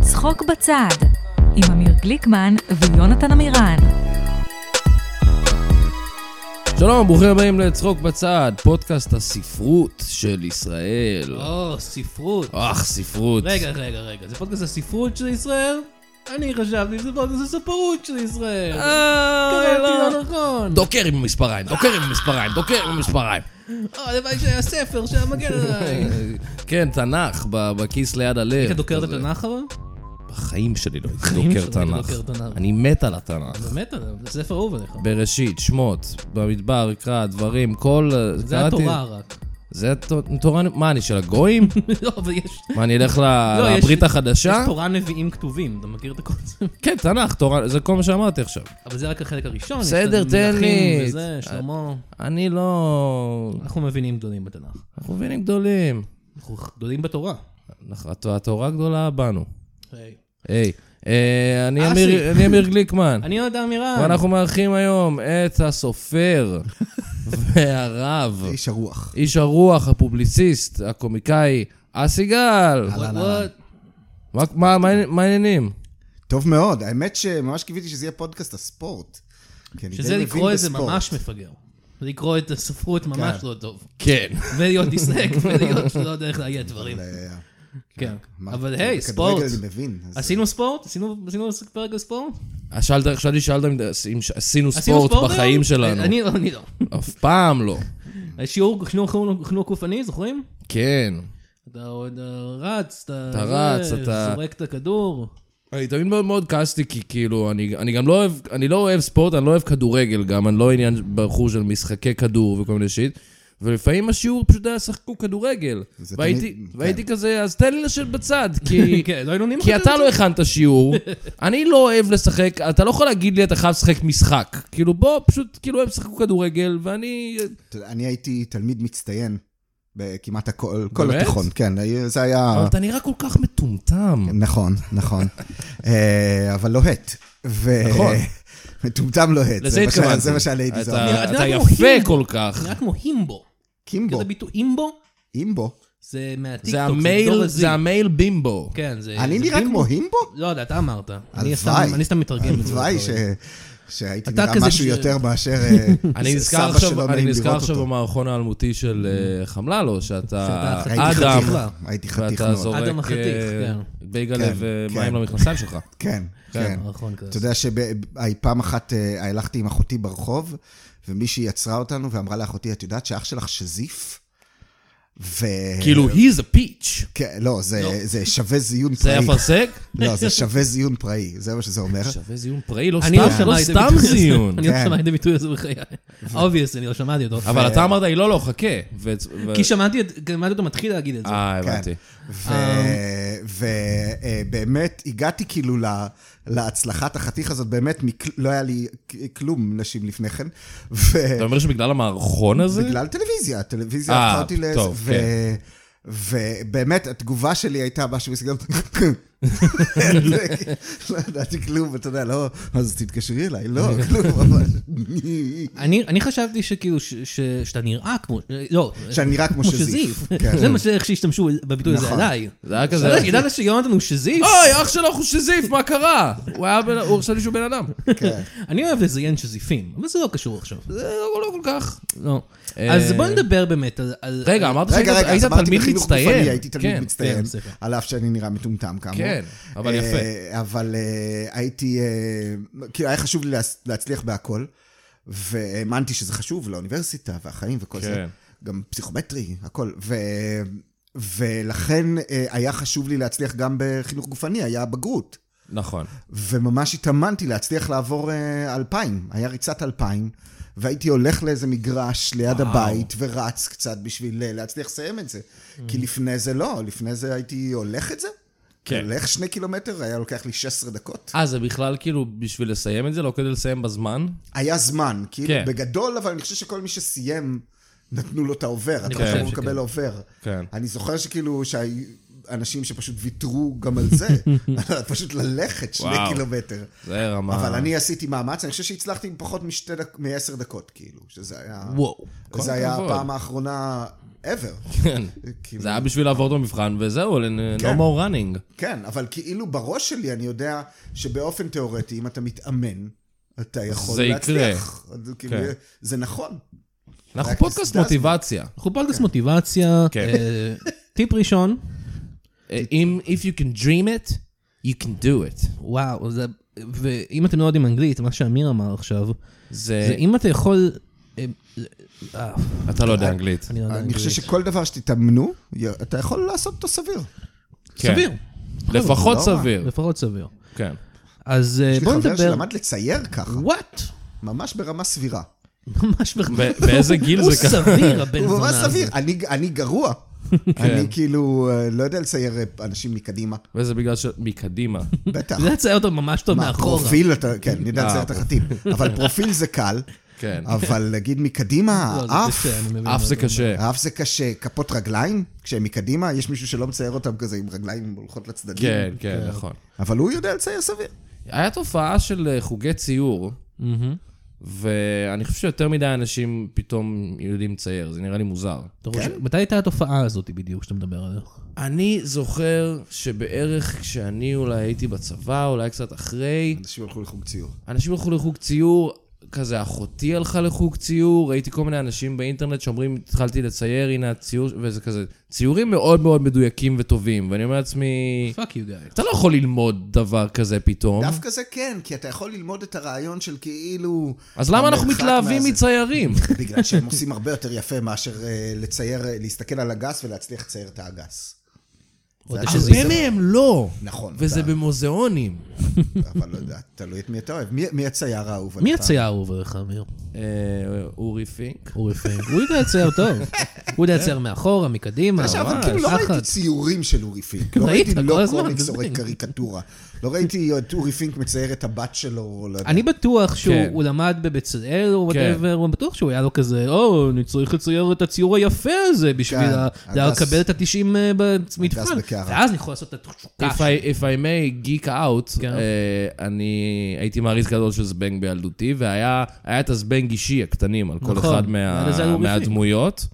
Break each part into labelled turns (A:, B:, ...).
A: צחוק בצד, עם אמיר גליקמן ויונתן עמירן.
B: שלום, ברוכים הבאים לצחוק בצד, פודקאסט הספרות של ישראל.
C: או, ספרות.
B: אך, ספרות.
C: רגע, רגע, רגע, זה פודקאסט הספרות של ישראל? אני חשבתי שזה פודקאסט הספרות של ישראל.
B: אה,
C: קראתי
B: לא.
C: לא נכון.
B: דוקר עם המספריים, דוקר עם המספריים, דוקר עם המספריים.
C: אה, הלוואי שהיה ספר שהיה מגן עליי.
B: כן, תנ"ך ב- בכיס ליד הלב.
C: אתה דוקר את
B: כזה.
C: התנ"ך אבל?
B: בחיים שלי לא הייתי
C: בחיים
B: דוקר
C: שלי לא
B: תנ"ך.
C: הייתי דוקר תנ"ך.
B: אני מת על התנ"ך.
C: באמת, אה, זה ספר אהוב עליך.
B: בראשית, שמות, במדבר, יקרא, דברים, כל...
C: זה
B: קראתי-
C: התורה רק.
B: זה התו- תורה... מה, אני של הגויים?
C: לא, אבל יש...
B: מה, אני אלך ל-
C: לא, יש-
B: לברית החדשה?
C: יש תורה נביאים כתובים, אתה מכיר את הקונספט?
B: כן, תנ"ך, תורה, זה כל מה שאמרתי עכשיו.
C: אבל זה רק החלק הראשון. יש
B: בסדר,
C: את
B: תן לי.
C: המלכים וזה, שלמה.
B: אני לא...
C: אנחנו מבינים גדולים בתנ"ך.
B: אנחנו מבינים גדולים.
C: אנחנו גדולים בתורה.
B: אנחנו- הת- התורה גדולה בנו.
C: היי.
B: היי, אה, אני אמיר-
C: אסי.
B: אני אמיר גליקמן,
C: אני יונתן מירן.
B: ואנחנו מארחים היום את הסופר והרב,
D: איש הרוח.
B: איש הרוח, הפובליציסט, הקומיקאי, אסי גל.
D: אהלן,
C: וואט?
B: מה- מה- מה העני- מה העניינים?
D: טוב מאוד, האמת שממש קיוויתי שזה יהיה פודקאסט הספורט. כי אני
C: שזה
D: די מבין
C: לקרוא את זה
D: בספורט.
C: ממש מפגר. זה לקרוא את הספרות ממש לא טוב.
B: כן.
C: ולהיות דיסלק, ולהיות שלא יודע איך להגיע דברים.
D: אה,
C: כן.
D: מה, אה,
C: אבל היי, ספורט.
D: בכדורגל אני מבין. אז- אה,
C: עשינו ספורט? עשינו עשינו פרק על ספורט?
B: שאלת, חשבתי שאלת אם אם ש- עשינו
C: עשינו
B: ספורט בחיים
C: היום?
B: שלנו.
C: אני לא, אני לא.
B: אף פעם לא.
C: שיעור חינוך- חינוך- חינוך גופני, זוכרים?
B: כן.
C: אתה עוד אה, רץ, אתה...
B: אתה רץ,
C: זה,
B: אתה-
C: זורק את הכדור.
B: אני תמיד מאוד מאוד כעסתי, כי כאילו, אני, אני גם לא אוהב, אני לא אוהב ספורט, אני לא אוהב כדורגל גם, אני לא עניין בחור של משחקי כדור וכל מיני שיט. ולפעמים השיעור פשוט היה שחקו כדורגל.
D: זה
B: והייתי,
D: תמיד- כן.
B: והייתי כזה, אז תן לי לשבת בצד, כי,
C: כן, לא היינו נמחק.
B: כי אתה לא הכנת שיעור, אני לא אוהב לשחק, אתה לא יכול להגיד לי, אתה חייב לשחק משחק. כאילו, בוא, פשוט, כאילו, הם שחקו כדורגל, ואני...
D: אתה יודע, אני הייתי תלמיד מצטיין בכמעט הכל, כל
B: באמת?
D: התיכון. כן, היה- זה היה...
B: אבל אתה נראה כל כך מטומטם.
D: נכון, נכון. אה, אבל לוהט. ו-
B: נכון.
D: מטומטם לוהט.
B: לזה
D: זה מה שה-
B: התכוונתי.
D: זה מה שעליתי זה. אומר.
B: אתה,
C: אני-
B: אתה
C: אני-
B: יפה כל כך.
C: נראה כמו הימבו.
D: קימבו,
C: כזה ביטוי, הימבו?
D: אימבו.
C: זה מהטיקטוק,
B: זה המייל,
C: דור ה-Z.
B: זה המייל בימבו.
C: כן, זה...
D: אני
C: זה
D: נראה
C: הימבו.
D: כמו הימבו?
C: לא יודע, אתה אמרת. אני
D: הלוואי.
C: סתם- אני סתם מתרגם את זה.
D: הלוואי
C: בדברים.
D: ש- שהייתי
C: אתה
D: נראה
C: כזה
D: משהו
C: ש-
D: יותר מאשר אה,
B: אני נזכר
D: סבא שלא
B: עכשיו, אני
D: נעים
B: נזכר
D: לראות
B: עכשיו
D: אותו.
B: במערכון האלמותי של אה, חמללו, שאתה
C: שאתה לא.
D: הייתי
B: אדם,
D: חתיך, הייתי חתיך
B: ואתה
D: מאוד.
C: אדם
B: זורק
C: החתיך,
B: אה, בייגלה
D: כן,
B: ומים
D: כן.
B: למכנסיים שלך.
D: כן,
B: כן.
D: כן.
C: נכון כזה.
D: אתה יודע שפעם אחת אה, הלכתי עם אחותי ברחוב, ומישהי עצרה אותנו ואמרה לאחותי, את יודעת שאח שלך שזיף? ו... אה.
B: כאילו, he's a peach.
D: כן, לא, זה,
C: לא.
D: זה שווה זיון
B: זה
D: פראי.
B: היה פרסק?
D: לא, זה שווה זיון פראי, זה מה שזה אומר.
B: שווה זיון פראי, לא
C: אני לא
B: סתם, לא
C: שמעתי את
B: סתם
C: הביטוי הזה.
B: זיון.
C: אני לא
D: כן.
C: שמעתי את הביטוי הזה בחיי. אובייס, אני לא שמעתי אותו.
B: אבל אתה אמרת לי, לא, לא, חכה. ו- ו-
C: כי שמעתי את- שמעתי אותו מתחיל להגיד את זה.
B: אה,
D: כן.
B: הבנתי. אמ.
D: ובאמת הגעתי כאילו ל- להצלחת החתיך הזאת, באמת מכל- לא היה לי כ- כלום נשים לפני כן. ו...
B: אתה אומר שבגלל המערכון הזה?
D: בגלל טלוויזיה, הטלוויזיה
B: אה,
D: הפכה אותי לאיזה...
B: טוב, כן.
D: ו... ובאמת, התגובה שלי הייתה משהו בסגנון... לא ידעתי כלום, אתה יודע, לא, אז תתקשרי אליי, לא, כלום, אבל...
C: אני אני חשבתי שכאילו, ש- ש- שאתה נראה כמו, לא,
D: שאני נראה כמו שזיף. כן.
C: זה מה שאיך שהשתמשו בביטוי הזה
D: נכון.
C: עליי.
B: זה היה
C: אתה
B: כזה... אה!
C: יודע, ידעת שיונתן הוא שזיף?
B: אוי, אח שלך הוא שזיף, מה קרה? הוא היה בן... הוא חשב לי שהוא בן אדם.
D: כן.
C: אני אוהב לזיין שזיפים, אבל זה לא קשור עכשיו.
B: זה לא לא כל כך.
C: לא.
B: אה,
C: אז בוא נדבר באמת על... על-
B: רגע, אמרת
D: רגע,
B: שהיית
D: רגע,
B: היית
D: אז אמרתי
B: תלמיד
D: בחינוך גופני,
B: מצטיין.
D: הייתי תלמיד
B: כן.
D: מצטיין,
C: כן, סליחה.
D: על אף שאני נראה מטומטם כאמור.
B: כן, אבל יפה.
D: אה, אבל אה, הייתי, אה, כאילו היה חשוב לי להס- להצליח בהכל, והאמנתי שזה חשוב לאוניברסיטה והחיים וכל זה.
B: כן.
D: גם פסיכומטרי, הכל. ו... ולכן אה, היה חשוב לי להצליח גם בחינוך גופני, היה בגרות.
B: נכון.
D: וממש התאמנתי להצליח לעבור אה, אלפיים, היה ריצת אלפיים, והייתי הולך לאיזה מגרש ליד
B: וואו.
D: הבית ורץ קצת בשביל אה, להצליח לסיים את זה.
B: Mm.
D: כי לפני זה לא, לפני זה הייתי הולך את זה.
B: כן.
D: הולך שני קילומטר, היה לוקח לי 16 דקות.
B: אה, זה בכלל כאילו בשביל לסיים את זה, לא כדי לסיים בזמן?
D: היה זמן, כאילו,
B: כן.
D: בגדול, אבל אני חושב שכל מי שסיים, נתנו לו את העובר, אתה
C: חושב
D: חושב הוא
C: שכן.
D: מקבל עובר.
B: כן.
D: אני זוכר שכאילו, שהיו אנשים שפשוט ויתרו גם על זה, פשוט ללכת שני
B: וואו.
D: קילומטר.
B: זה רמה...
D: אבל אני עשיתי מעמץ, אני חושב שהצלחתי עם פחות משתי דק... מעשר דקות, כאילו, שזה היה...
C: וואו.
B: כל
D: זה היה
B: הכבוד.
D: הפעם האחרונה ever.
B: כן.
D: כאילו-
B: זה היה בשביל לעבור את המבחן, וזהו, ל- no
D: כן.
B: more running.
D: כן, אבל כאילו בראש שלי אני יודע שבאופן תיאורטי, אם אתה מתאמן, אתה יכול
B: זה
D: להצליח. זה כאילו,
B: כן.
D: זה נכון.
B: אנחנו
D: Practice does
B: פודקאסט
D: matter.
B: מוטיבציה.
C: אנחנו פודקאסט מוטיבציה.
B: כן.
C: אה, טיפ ראשון,
B: אה, אם if you can dream it, you can do it.
C: וואו, זה... ואם אתם לא יודעים אנגלית, מה שאמיר אמר עכשיו, זה
B: זה...
C: אם אתה יכול... אה, אה,
B: אתה לא יודע אנגלית.
C: אני אה, לא יודע
D: אני חושב
C: אנגלית.
D: שכל דבר שתתאמנו, י- אתה יכול לעשות אותו סביר.
B: כן.
C: סביר.
B: לפחות
D: לא רע.
B: סביר.
C: לפחות סביר.
B: כן.
C: אז אה,
D: יש לי
C: בואו
D: חבר
C: נדבר...
D: שלמד לצייר ככה,
C: וואט?
D: ממש ברמה סבירה.
C: ממש בכלל.
B: ב- באיזה גיל
C: הוא
B: זה ככה?
C: סביר, הבן זונה
D: הוא ממש
C: הזה.
D: סביר, אני- אני גרוע.
C: כן.
D: אני כאילו אה, לא יודע לצייר אה, אנשים מקדימה,
B: וזה בגלל ש... מקדימה.
D: בטח.
C: אתה יודע לצייר אותו ממש טוב
D: מה,
C: מאחורה. אוקיי.
D: פרופיל, אתה, כן, אני יודע
B: אה,
D: לצייר את החטיב, אבל פרופיל זה קל,
B: כן.
D: אבל להגיד מקדימה,
C: לא, זה
D: האף, כן.
C: קשה, אני מבין
B: אף
C: מה
B: זה
C: אתה אומר.
B: קשה.
D: האף זה קשה, כפות רגליים, כשהם מקדימה, יש מישהו שלא מצייר אותם כזה עם רגליים הולכות לצדדים.
B: כן, כן, נכון.
D: אבל הוא יודע לצייר סביר.
B: היה תופעה של אה, חוגי ציור, ואני חושב שיותר מדי אנשים פתאום יודעים לצייר, זה נראה לי מוזר.
C: אתה
D: כן.
C: רואה ש- מתי הייתה התופעה הזאת בדיוק שאתה מדבר עליה?
B: אני זוכר שבערך כשאני אולי הייתי בצבא, אולי קצת אחרי,
D: אנשים הלכו לחוג ציור.
B: אנשים הלכו לחוג ציור, כזה אחותי הלכה לחוג ציור, ראיתי כל מיני אנשים באינטרנט שאומרים, התחלתי לצייר, הנה הציור, וזה כזה, ציורים מאוד מאוד מדויקים וטובים, ואני אומר לעצמי,
C: פאק יו גאי.
B: אתה לא יכול ללמוד דבר כזה פתאום,
D: דווקא זה כן, כי אתה יכול ללמוד את הרעיון של כאילו...
B: אז למה אנחנו
D: המרחק
B: מתלהבים
D: מהזה?
B: מציירים?
D: בגלל שהם עושים הרבה יותר יפה מאשר אה, לצייר, אה, להסתכל על הגס ולהצליח לצייר את האגס. זה היה שזה-
B: הרבה מהם לא,
D: נכון.
B: וזה
D: אתה-
B: במוזיאונים.
D: אבל לא יודע, תלוי את מי אתה אוהב. מי- מי הצייר האהוב?
C: מי
D: עליך?
C: יצייר האהוב עליך, אמיר?
B: אה, אורי פינק.
C: הוא יפה. הוא יודע לצייר טוב. הוא יודע לצייר מאחורה, מקדימה.
D: עכשיו, אבל
C: ממש,
D: כאילו לא
C: ככה.
D: ראיתי ציורים של אורי פינק. לא
C: אה, ראית,
D: ראיתי
C: כל
D: לא
C: הזמן,
D: קומיקס או
C: מבין.
D: קריקטורה. לא ראיתי את אורי פינק מצייר את הבת שלו, או לא יודע.
C: אני בטוח
B: כן.
C: שהוא למד בבצלאל או
B: כן.
C: וואטאבר, אני בטוח שהוא היה לו כזה, או, אני צריך לצייר את הציור היפה הזה בשביל
D: כן,
C: ה-
D: הדס-
C: לקבל את ה-90 במבחן.
D: בקערה.
C: ואז אני יכול לעשות את התשוקה.
B: If
C: שלי.
B: I, if I may geek out,
C: כן.
B: אה, אני הייתי מעריץ גדול של זבנג בילדותי, והיה היה את הזבנג אישי הקטנים על כל
C: נכון.
B: אחד
C: היה לזה על
B: מה,
C: אורי פינק.
B: מהדמויות.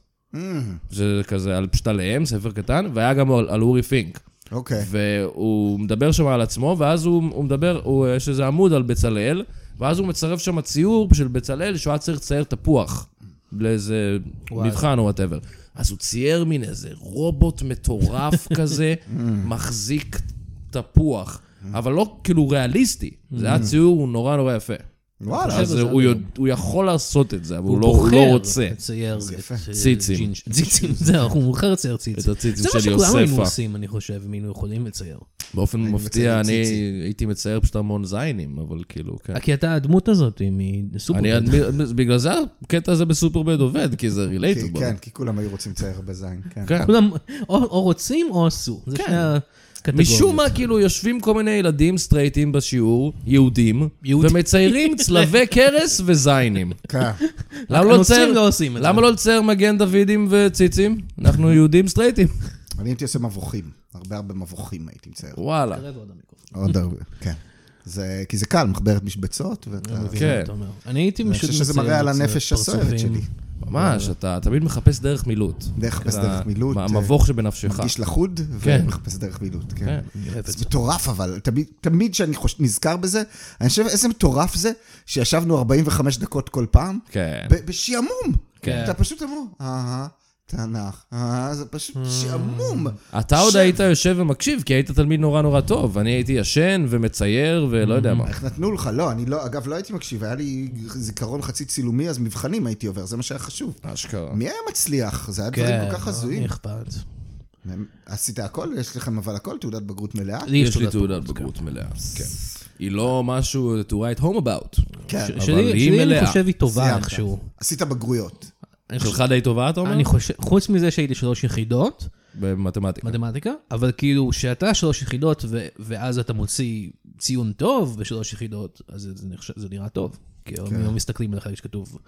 B: זה כזה על פשוט עליהם, ספר קטן, והיה גם על, על אורי פינק.
D: אוקיי.
B: והוא מדבר שם על עצמו, ואז הוא, הוא מדבר, הוא, יש איזה עמוד על בצלאל, ואז הוא מצרף שם ציור של בצלאל שהוא היה צריך לצייר תפוח לאיזה
C: וואי.
B: מבחן או וואטאבר. אז הוא צייר מין איזה רובוט מטורף כזה,
C: Mm.
B: מחזיק תפוח, אבל לא כאילו ריאליסטי. זה היה ציור הוא נורא נורא יפה.
D: וואלה.
B: אז
C: Mm. זה
B: הוא
C: זה.
B: יודע- הוא יכול לעשות את זה, אבל הוא לא- הוא
C: בוחר
B: לא רוצה.
C: לצייר את, אה,
B: ציצים.
C: ג'ינג'- ציצים, זהו, הוא בוחר לצייר ציצים.
B: את הציצים של
C: זה מה שכולנו היינו
B: יוספה.
C: עושים, אני חושב, אם היינו יכולים לצייר.
B: באופן
D: מצייר
B: מפתיע, אני
D: ציצי.
B: הייתי מצייר פשוט המון זיינים, אבל כאילו, כן.
C: כי אתה הדמות הזאת מסופרמן.
B: אני, אני- בגלל זה הקטע הזה בסופרבד עובד, כי זה
D: כי-
B: רילייטבל.
D: כן, כי כולם היו רוצים לצייר בזין. כן.
B: כן.
C: כולם או או רוצים או עשו. זה שני הקטגוריות.
B: משום מה, כאילו, יושבים כל מיני ילדים סטרייטים בשיעור, יהודים,
C: יהודים.
B: ומציירים צלבי קרס וזיינים.
D: כן.
B: למה לא
C: הנוצרים
B: לצייר-
C: לא עושים את זה.
B: למה לא לצייר מגן דוידים וציצים? אנחנו יהודים סטרייטים.
D: אני הייתי עושה מבוכים. הרבה הרבה מבוכים הייתי מצייר.
B: וואלה.
C: רגע, עוד המיקרופון.
D: עוד הרבה. כן. זה, כי זה קל, מחברת משבצות, ואתה...
C: אני מבין
B: כן.
C: מה אתה אומר. אני הייתי
D: אני
C: פשוט
D: חושב שזה
C: מצייר
D: מראה על
C: לצייר
D: הנפש הסוערת
C: פרצופים.
D: שלי.
B: נכון. ממש, אתה תמיד מחפש דרך מילוט.
D: דרך מחפש
B: אתה-
D: דרך מילוט.
C: אה,
B: מה- המבוך שבנפשך.
D: מרגיש לחוד,
B: כן.
D: ומחפש דרך מילוט, כן.
B: כן.
C: אני אוהב את
D: זה
C: זה.
D: מטורף אבל, תמיד, תמיד שאני חוש... נזכר בזה, אני חושב איזה מטורף זה שישבנו 45 דקות כל פעם,
B: כן.
D: ב- בשעמום.
C: כן.
D: אתה פשוט אמור, אהה, תנ"ך, אהה, זה פשוט
C: Mm.
D: שעמום.
B: אתה עוד
D: שב.
B: היית יושב ומקשיב, כי היית תלמיד נורא נורא טוב. אני הייתי ישן ומצייר ולא יודע מה.
D: איך נתנו לך? לא, אני לא, אגב, לא הייתי מקשיב, היה לי זיכרון חצי צילומי, אז מבחנים הייתי עובר, זה מה שהיה חשוב.
B: אשכרה.
D: מי היה מצליח? זה היה דברים כל כך
C: כן,
D: הזויים. כן.
C: מי אכפת.
D: עשית הכל? יש לכם אבל הכל? תעודת בגרות מלאה?
C: לי
B: יש לי תעודת
C: בגרות, כן.
B: בגרות מלאה. כן. היא לא משהו to write home about.
D: כן.
C: ש-
B: אבל
C: שלי,
B: היא
C: שלי אני
B: מלאה.
C: חושב היא טובה
D: סיימת.
C: איכשהו.
D: עשית בגרויות.
C: אני חושב-
B: שלך די טובה, אתה אומר?
C: אני חושב, חוץ מזה שהייתי שלוש יחידות,
B: במתמטיקה.
C: מתמטיקה, אבל כאילו שאתה שלוש יחידות ו- ואז אתה מוציא ציון טוב בשלוש יחידות, אז זה, זה, נחשב, זה נראה טוב. כי כן. מסתכלים עליך שכתוב,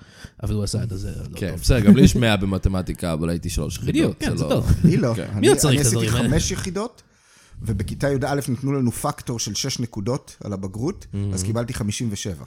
C: אבל הוא עשה את זה לא
B: כן,
C: טוב.
B: בסדר, גם לי יש 100 במתמטיקה, אבל הייתי שלוש יחידות.
C: בדיוק, כן, זה
B: לא-
C: טוב.
D: אני לא. אני-
C: לא צריך את
D: אני
C: הדברים
D: עשיתי
C: האלה?
D: חמש יחידות,
C: Mm-hmm.
D: ובכיתה י"א נתנו לנו פקטור של שש נקודות על הבגרות, אז קיבלתי 57.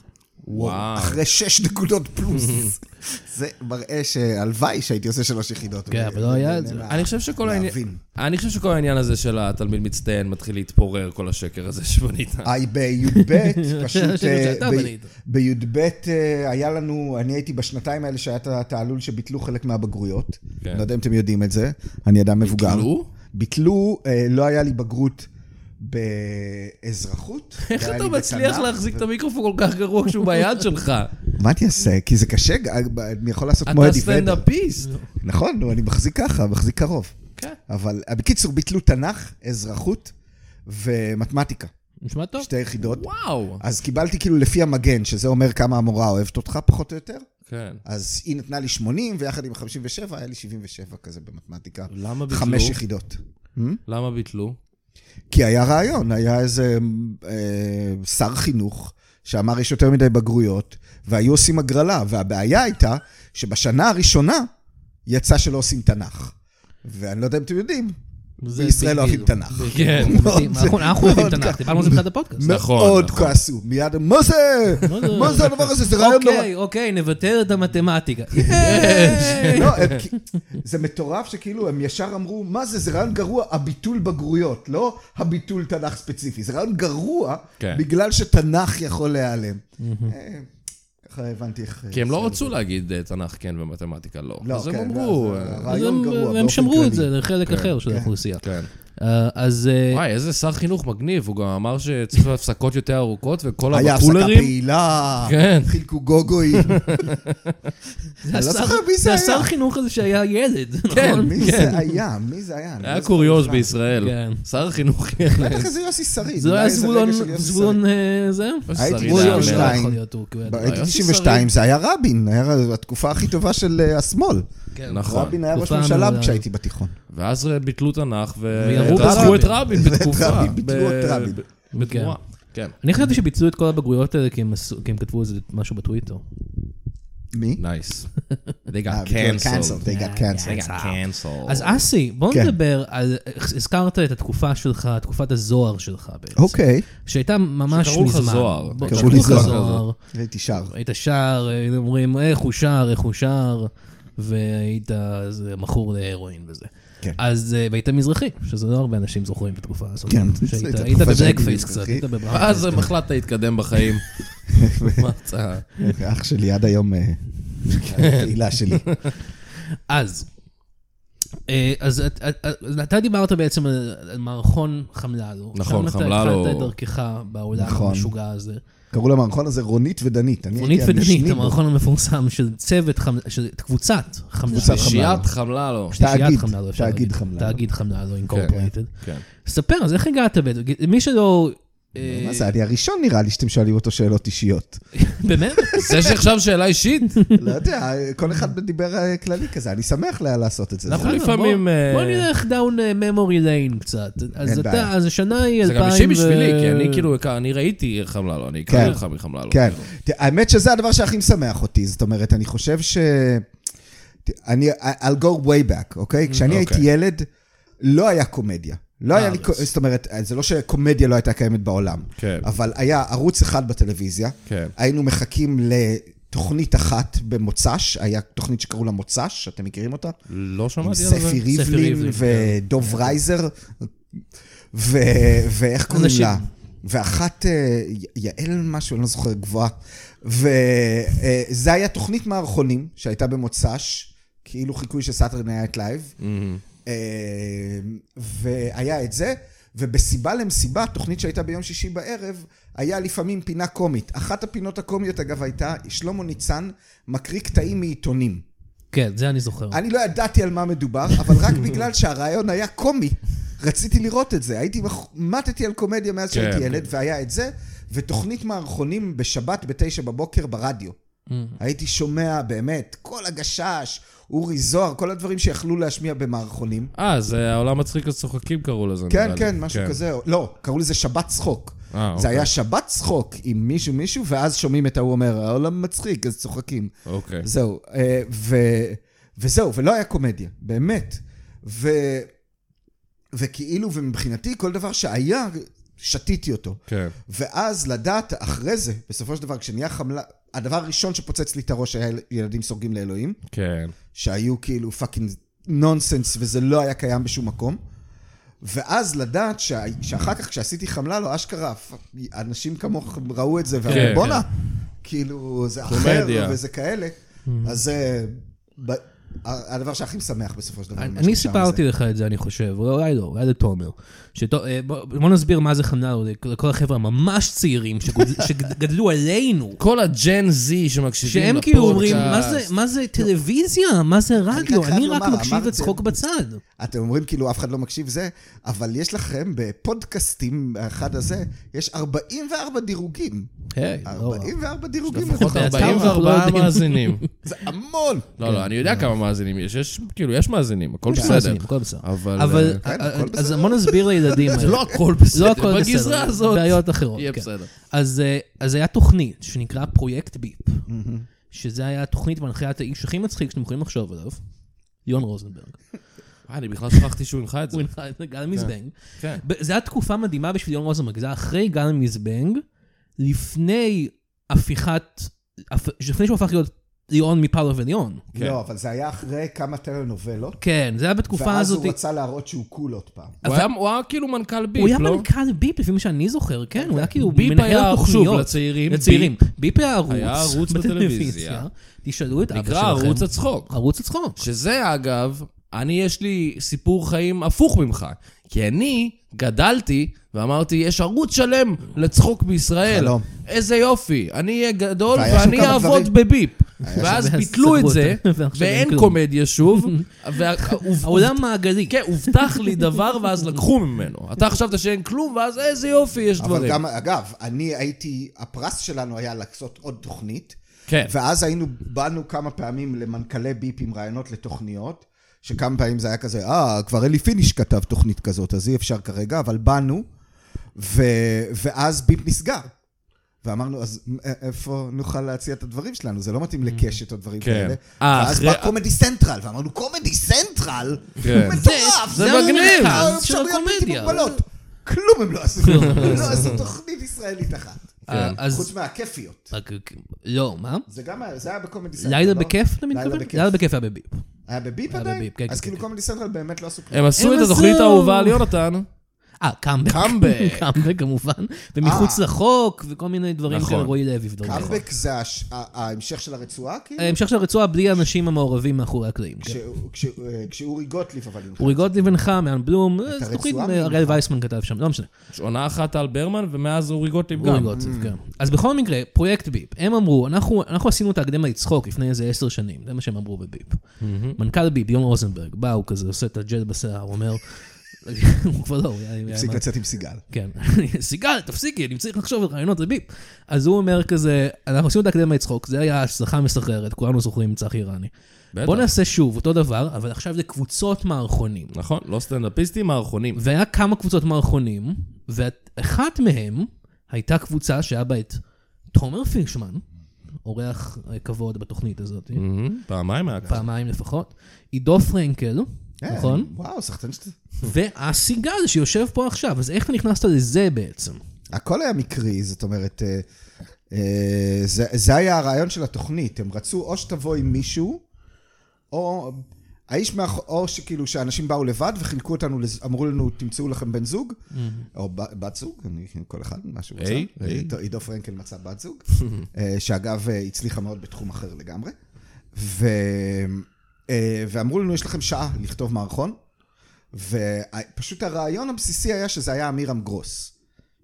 B: וואו.
D: אחרי שש נקודות פלוס. זה מראה שהלוואי שהייתי עושה שלוש יחידות.
C: כן, אבל לא היה את זה.
B: אני חושב שכל העניין...
D: להבין.
B: אני חושב שכל העניין הזה של התלמיד מצטיין מתחיל להתפורר, כל השקר הזה שבנית.
D: היי, בי"ב, פשוט...
C: שאתה
D: אה, ב-
C: בנית.
D: בי"ב אה, היה לנו, אני הייתי בשנתיים האלה שהיה את התעלול שביטלו חלק מהבגרויות.
B: כן.
D: לא יודע אם אתם יודעים את זה, אני אדם מבוגר.
B: ביטלו?
D: ביטלו, אה, לא היה לי בגרות באזרחות.
B: איך
D: והיה
B: אתה
D: לי
B: מצליח
D: בתנ"ך.
B: להחזיק את המיקרופון כל כך גרוע כשהוא ביד שלך?
D: מה אני אעשה? כי זה קשה, אה, אני יכול לעשות כמו
B: אתה
D: אדי ודר.
B: סטנדאפיסט.
D: נכון, נו, אני מחזיק ככה, מחזיק קרוב.
B: כן.
D: אבל אה, בקיצור, ביטלו תנ"ך, אזרחות ומתמטיקה.
C: נשמע טוב?
D: שתי יחידות.
B: וואו.
D: אז קיבלתי כאילו לפי המגן, שזה אומר כמה המורה אוהבת אותך, פחות או יותר.
B: כן.
D: אז היא נתנה לי 80, ויחד עם 57, היה לי 77 כזה במתמטיקה.
B: למה ביטלו?
D: חמש יחידות. כן,
B: למה ביטלו?
D: כי היה רעיון, היה איזה אה, שר חינוך שאמר יש יותר מדי בגרויות, והיו עושים הגרלה, והבעיה הייתה שבשנה הראשונה יצא שלא עושים תנ"ך. ואני לא יודע אם אתם יודעים,
C: זה
D: בישראל לא
C: ביג
D: אוהבים
C: דיל.
D: תנ"ך.
B: כן.
D: מאוד-
C: אנחנו אנחנו אוהבים
D: מאוד
C: תנ"ך,
D: כ-
C: דיברנו על זה בתחילת הפודקאסט.
B: נכון,
D: מאוד
B: נכון.
D: כעסו, מיד, מה זה?
C: זה?
D: מה זה הדבר הזה? זה רעיון נורא.
C: אוקיי, אוקיי, נבטל את המתמטיקה.
D: לא, הם כי- זה מטורף שכאילו הם ישר אמרו, מה זה, זה רעיון גרוע, הביטול בגרויות, לא הביטול תנ"ך ספציפי, זה רעיון גרוע,
B: כן.
D: בגלל שתנ"ך יכול להיעלם. אה, ככה הבנתי איך...
B: כי הם
D: אה,
B: לא רצו להגיד אה, תנ"ך כן ומתמטיקה לא.
D: לא,
B: אז הם
D: כן,
B: אמרו...
D: זה- זה
B: אה,
C: אז
D: רעיון
C: הם-
D: גרוע באופן
C: הם שמרו את
D: כללי.
C: כן, זה לחלק אחר של
D: כן.
C: האוכלוסייה.
B: כן.
C: אה, אז... אה,
B: וואי, איזה שר חינוך מגניב, הוא גם אמר שצריך להיות הפסקות יותר ארוכות, וכל
D: היה הפסקה
B: הבקולרים...
D: פעילה,
B: כן.
D: חילקו גוגויים.
C: זה
D: אני לא
C: השר-
D: זוכר מי זה היה.
C: השר חינוך הזה שהיה ילד,
B: כן.
C: נכון?
D: מי זה היה? מי זה היה? אני לא
B: היה
D: זוכר
B: קוריוז
D: בכלל.
B: בישראל.
C: כן.
B: שר חינוך...
D: בטח איזה יוסי שריד.
C: זה לא
D: אולי
C: היה
D: איזה
C: זבולון,
D: רגע של יוסי שריד.
C: זבולון אה, זה? לא,
D: הייתי
B: שריד
D: כמו
B: היה
D: יום
B: מלך.
D: שניים.
C: יכול להיות, הוא כאילו-
D: הייתי
B: יוסי
D: 92, זה היה רבין, היה התקופה הכי טובה של אה, השמאל.
C: כן.
B: נכון.
D: רבין היה ראש
C: תקופה
D: ממשלה
C: מעולה.
D: כשהייתי בתיכון.
B: ואז ביטלו תנ"ך,
C: וירו
B: ורצחו את
C: ברבין.
B: רבין בתקופה.
D: רבין, ביטלו את
B: ב-
D: רבין.
B: ב- בתמורה. כן.
C: אני חשבתי שביצעו את כל הבגרויות האלה כי הם עשו- כי הם כתבו איזה משהו בטוויטר.
D: מי?
B: נייס. They
D: אה,
B: got
D: cancelled,
B: cancelled.
D: They got cancelled.
B: They got cancelled.
C: אז אסי, בוא
D: כן.
C: נדבר על, הזכרת את התקופה שלך, תקופת הזוהר שלך בעצם.
D: אוקיי.
C: שהייתה ממש
B: שקראו לך
C: מזמן.
B: זוהר.
C: בוא-
D: קראו
C: שקראו
D: לי
C: לך
D: זוהר.
C: זוהר.
D: הייתי שר.
C: היית שר, היינו אומרים, איך הוא שר, איך הוא שר, והיית אז מכור להרואין וזה.
D: כן.
C: אז, אה, והיית מזרחי, שזה לא הרבה אנשים זוכרים את התקופה הזאת.
D: כן, זו
C: שהיית
D: הייתה
C: היית
D: תקופה שהייתי
C: בבלקפייס
D: מזרחי.
C: קצת, היית בברק.
B: אז הם החלטת להתקדם בחיים. מה אתה...
D: אח שלי עד היום, אה, הקהילה שלי.
C: אז. אה, אז את- את- את- אתה דיברת בעצם על על מערכון חמללו.
B: נכון,
C: שם אתה
B: חמללו.
C: התחלת את דרכך בעולם
D: נכון. כן,
C: המשוגע הזה.
D: קראו למערכון הזה רונית ודנית. אני
C: רונית
D: הייתי המשני
C: ודנית,
D: בו.
C: המערכון המפורסם של צוות, חמ- של קבוצת חמללו.
D: קבוצת חמללו.
B: שיעת חמלה לו.
C: שלישיית
D: תאגיד,
C: חמללו, אפשר
D: תאגיד
C: להגיד.
D: חמללו.
C: תאגיד חמללו אינקורפורטד.
B: כן.
C: ספר, אז איך הגעת בעצם? מי שלא... אה,
D: מה זה, אני הראשון נראה לי שאתם שואלים אותו שאלות אישיות.
C: באמת?
B: זה שעכשיו שאלה אישית?
D: לא יודע, כל אחד דיבר אה, כללי כזה, אני שמח לה- לעשות את זה.
B: אנחנו
D: זה-
C: בסדר,
B: לפעמים,
C: בוא-
B: אה,
C: בוא נלך דאון memory lane קצת. אז
D: בעיה.
C: אתה, אז השנה היא אה,
B: זה
C: 2000...
B: גם אישי בשבילי,
C: ו-
B: כי אני כאילו, הכר- אני ראיתי חמלה לו, אני
D: כן.
B: הכרתי אותך מחמלה לו.
D: כן. ת- האמת שזה הדבר שהכי משמח אותי, זאת אומרת, אני חושב ש... ת- אני, I'll go way back, אוקיי? כשאני הייתי
B: אוקיי. אה,
D: ילד, לא היה קומדיה. לא היה לי,
C: בארץ.
D: קו- זאת אומרת, זה לא שקומדיה לא הייתה קיימת בעולם.
B: כן.
D: אבל היה ערוץ אחד בטלוויזיה,
B: כן.
D: היינו מחכים לתוכנית אחת במוצ"ש, היה תוכנית שקראו לה מוצ"ש, אתם מכירים אותה?
B: לא
D: עם
B: שמעתי על זה.
D: ספי
C: ספי
D: ריבלין
C: ריבלין, כן.
D: ודוב רייזר, ו- ואיך קוראים
C: אנשים.
D: לה? ואחת, אה, י- יעל משהו, אני לא זוכר, גבוהה. וזה היה תוכנית מערכונים שהייתה במוצ"ש, כאילו חיקוי של סאטרי נייט לייב.
B: Mm-hmm.
D: אה, והיה את זה, ובסיבה למסיבה, תוכנית שהייתה ביום שישי בערב, היה לפעמים פינה קומית. אחת הפינות הקומיות, אגב, הייתה שלמה ניצן מקריא קטעים מעיתונים.
C: כן, זה אני זוכר.
D: אני לא ידעתי על מה מדובר, אבל רק בגלל שהרעיון היה קומי. רציתי לראות את זה. הייתי, מח- מתתי על קומדיה מאז שהייתי
B: כן.
D: ילד, והיה את זה, ותוכנית מערכונים בשבת בתשע בבוקר ברדיו.
B: Mm.
D: הייתי שומע באמת, כל הגשש, אורי זוהר, כל הדברים שיכלו להשמיע במערכונים.
B: אה, זה העולם מצחיק הצוחקים קראו לזה. נראה
D: כן,
B: לי.
D: כן, משהו כזה. לא, קראו לזה שבת צחוק.
B: אה,
D: זה
B: אוקיי.
D: היה שבת צחוק עם מישהו מישהו, ואז שומעים את ההוא אומר, העולם מצחיק, אז צוחקים.
B: אוקיי.
D: זהו, אה, ו... וזהו, ולא היה קומדיה, באמת. ו... וכאילו, ומבחינתי, כל דבר שהיה שתיתי אותו.
B: כן.
D: ואז לדעת אחרי זה, בסופו של דבר, כשנהיה חמלה, הדבר הראשון שפוצץ לי את הראש היה יל- ילדים סורגים לאלוהים,
B: כן.
D: שהיו כאילו פאקינג נונסנס וזה לא היה קיים בשום מקום. ואז לדעת שה... שאחר כך כשעשיתי חמלה לו, אשכרה, פ- אנשים כמוך ראו את זה ואמרו,
B: כן,
D: בואנה, כאילו, זה אחר
B: קומדיה." Mm-hmm.
D: וזה כאלה. אז זה ב... ה- הדבר שהכי משמח בסופו של דבר.
C: אני
D: מה
C: אני
D: שנשאר
C: סיפרתי
D: מזה.
C: לך את זה, אני חושב, או אולי לא, אולי לתומר. שתו- אה, בוא בוא נסביר מה זה חמלה לכל החבר'ה הממש צעירים שגוד- שגדלו עלינו.
B: כל הג'ן זי שמקשיבים
C: שהם
B: לפודקאסט.
C: כאילו אומרים, "מה זה- מה זה טלוויזיה? מה זה רדיו?
D: חייב
C: אני רק
D: לומר,
C: מקשיב
D: אמרתם-
C: לצחוק בצד.
D: אתם אומרים כאילו אף אחד לא מקשיב זה, אבל יש לכם בפודקאסטים, האחד הזה, יש 44 דירוגים.
C: היי, לא רע.
D: 44 דירוגים.
B: לפחות
D: זה-
C: אתה-
B: 44
C: אנחנו לא
B: מאזינים.
D: זה המון.
B: לא, לא, אני יודע כמה מאזינים יש. יש, כאילו, יש מאזינים, הכל
C: יש
B: בסדר.
C: מאזינים, הכל בסדר.
B: אבל...
C: אבל,
B: אה,
D: כן,
C: אה,
D: הכל
C: אז
D: בסדר.
C: בוא נסביר לילדים האלה.
B: זה לא הכל בסדר.
C: לא הכל
B: בגזרה
C: בסדר,
B: הזאת.
C: בעיות אחרות.
B: אה, יהיה
C: כן.
B: בסדר.
C: אז, אה, אז היה תוכנית שנקרא פרויקט ביפ,
B: Mm-hmm.
C: שזה היה תוכנית מנחיית האיש הכי מצחיק שאתם יכולים לחשוב עליו, יון רוזנברג.
B: אה, אני בכלל שכחתי שהוא הנחה את זה.
C: הוא הנחה את גל מזבנג.
B: כן.
C: ב- זה היה תקופה מדהימה בשביל יון רוזנברג, זה היה אחרי גל מזבנג, לפני הפיכת, הפ- לפני שהוא הפך להיות ליאון מפאולו וליאון.
B: כן.
D: לא, אבל זה היה אחרי כמה טלנובלות,
C: כן, זה היה בתקופה
D: ואז
C: הזאת.
D: הוא רצה להראות שהוא קול עוד פעם.
B: הוא היה- הוא היה כאילו מנכ"ל ביפ, לא?
C: הוא היה מנכ"ל ביפ, לפי מה שאני זוכר, כן, הוא היה כאילו
B: ביפ היה,
C: מנהל
B: שוב,
C: תוכניות.
B: לצעירים,
C: לצעירים. ביפ היה ערוץ.
B: היה ערוץ בטלוויזיה.
C: תשאלו את אבא שלכם.
B: נקרא ערוץ הצחוק.
C: ערוץ הצחוק.
B: שזה אגב, אני יש לי סיפור חיים הפוך ממך. כי אני גדלתי ואמרתי, יש ערוץ שלם לצחוק בישראל.
D: חלום.
B: איזה יופי, אני אהיה גדול
D: והיה שם
B: ואני
D: כמה
B: אעבוד
D: דברים.
B: בביפ. ואז
C: שם-
B: ביטלו את
C: ואז
B: זה,
C: סגרו אותה, ועכשיו אין
B: ואין
C: כלום.
B: קומדיה שוב. וה- הוב-
C: העולם מעגלי.
B: כן, הובטח לי דבר ואז לקחו ממנו. אתה חשבת שאין כלום, ואז איזה יופי, יש
D: אבל
B: דברים.
D: גם, אגב, אני הייתי, הפרס שלנו היה לעשות עוד תוכנית,
B: כן.
D: ואז היינו, באנו כמה פעמים למנכ"לי ביפ עם רעיונות לתוכניות, שכמה פעמים זה היה כזה, אה, כבר אלי פיניש כתב תוכנית כזאת, אז אי אפשר כרגע, אבל באנו, ו... ואז ביפ נסגר. ואמרנו, אז מ- א- איפה נוכל להציע את הדברים שלנו? זה לא מתאים לקשת או דברים
B: Mm. כן.
D: כאלה.
B: אה,
D: ואז
B: אחרי-
D: בא קומדי סנטרל, ואמרנו, קומדי סנטרל?
B: כן.
D: מטורף!
B: זה
D: המרכז
B: מגניב.
C: של
D: האפשרויות בלתי
C: הקומדיה.
D: מוגבלות. כלום הם לא עשו, הם לא עשו תוכנית ישראלית אחת.
B: כן.
C: אה,
D: חוץ
C: אז...
D: מהכיפיות.
C: רק- לא, מה?
D: זה גם היה, זה היה בקומדי סנטרל,
C: לילה
D: לא?
C: בכיף, אתה מתכוון?
D: לילה בכיף.
C: לילה בכיף היה בביפ.
D: היה בביפ
C: היה
D: עדיין?
C: בביפ, כן,
D: אז
C: כן,
D: כאילו
C: כן. אה,
D: קומדי סנטרל באמת לא עשו כלום.
B: הם עשו
C: הם
B: את התוכנית
C: עשו.
B: האהובה על יונתן.
C: אה, קאמבק.
B: קאמבק.
C: קאמבק, כמובן. ומחוץ
D: אה.
C: לחוק, וכל מיני דברים
B: נכון.
C: כאלה, רועי לוי ודברים כאלה.
D: קאמבק זה הש- ה- ההמשך של הרצועה, כאילו?
C: המשך של הרצועה בלי האנשים המעורבים מאחורי הקלעים. אה, כן.
D: כש- כש- אה, כשאורי גוטליב אבל נמחק.
C: אורי גוטליב הנחה, מאן בלום, אה, זו
D: הרצועה
C: תוכנית,
D: מי
C: אה,
D: הנחה?
C: אריאל וייסמן כתב שם, לא משנה.
B: יש עונה אחת על ברמן, ומאז אורי גוטליב
C: אורי
B: גם. Mm.
C: גוטליב, כן. אז בכל מקרה, פרויקט ביפ. הם אמרו, אנחנו אנחנו עשינו את ההקדמה לצחוק לפני איזה עשר שנים, זה מה שהם אמרו בביפ. מנכ"ל ביפ, יום רוזנברג, בא, הוא כזה עושה את הג'ל בשיער, הוא אומר, הוא כבר לא, הוא היה- היה...
D: הפסיק לצאת עם סיגל.
C: כן, סיגל, תפסיקי, אני צריך לחשוב על רעיונות לביפ. אז הוא אומר כזה, אנחנו עושים את ההקדמה לצחוק, זה היה הצלחה מסחררת, כולנו זוכרים עם צחי רני.
B: בטח.
C: בוא נעשה שוב אותו דבר, אבל עכשיו זה קבוצות מערכונים.
B: נכון, לא סטנדאפיסטים, מערכונים.
C: והיה כמה קבוצות מערכונים, ואחת מהם הייתה קבוצה שהיה בה את תומר פישמן, אורח אה, כבוד בתוכנית הזאת,
B: מהמם, פעמיים היה ככה.
C: פעמיים לפחות, עידו פרנקל,
D: אה,
C: נכון?
D: וואו, סחטן שאתה...
C: ואסי גל שיושב פה עכשיו, אז איך אתה נכנסת לזה בעצם?
D: הכל היה מקרי, זאת אומרת, אה, אה, זה, זה היה הרעיון של התוכנית. הם רצו או שתבוא עם מישהו, או האיש מאח... או שכאילו שאנשים באו לבד וחילקו אותנו, לז- אמרו לנו, תמצאו לכם בן זוג, או ב- בת זוג, אני, כל אחד, מה שהוא רצה.
B: Mm-hmm. היי, היי.
D: עידו- עידו פרנקל מצא בת זוג, אה, שאגב, אה, הצליחה מאוד בתחום אחר לגמרי. ו... אה, ואמרו לנו, יש לכם שעה לכתוב מערכון. ופשוט הרעיון הבסיסי היה שזה היה אמירם גרוס.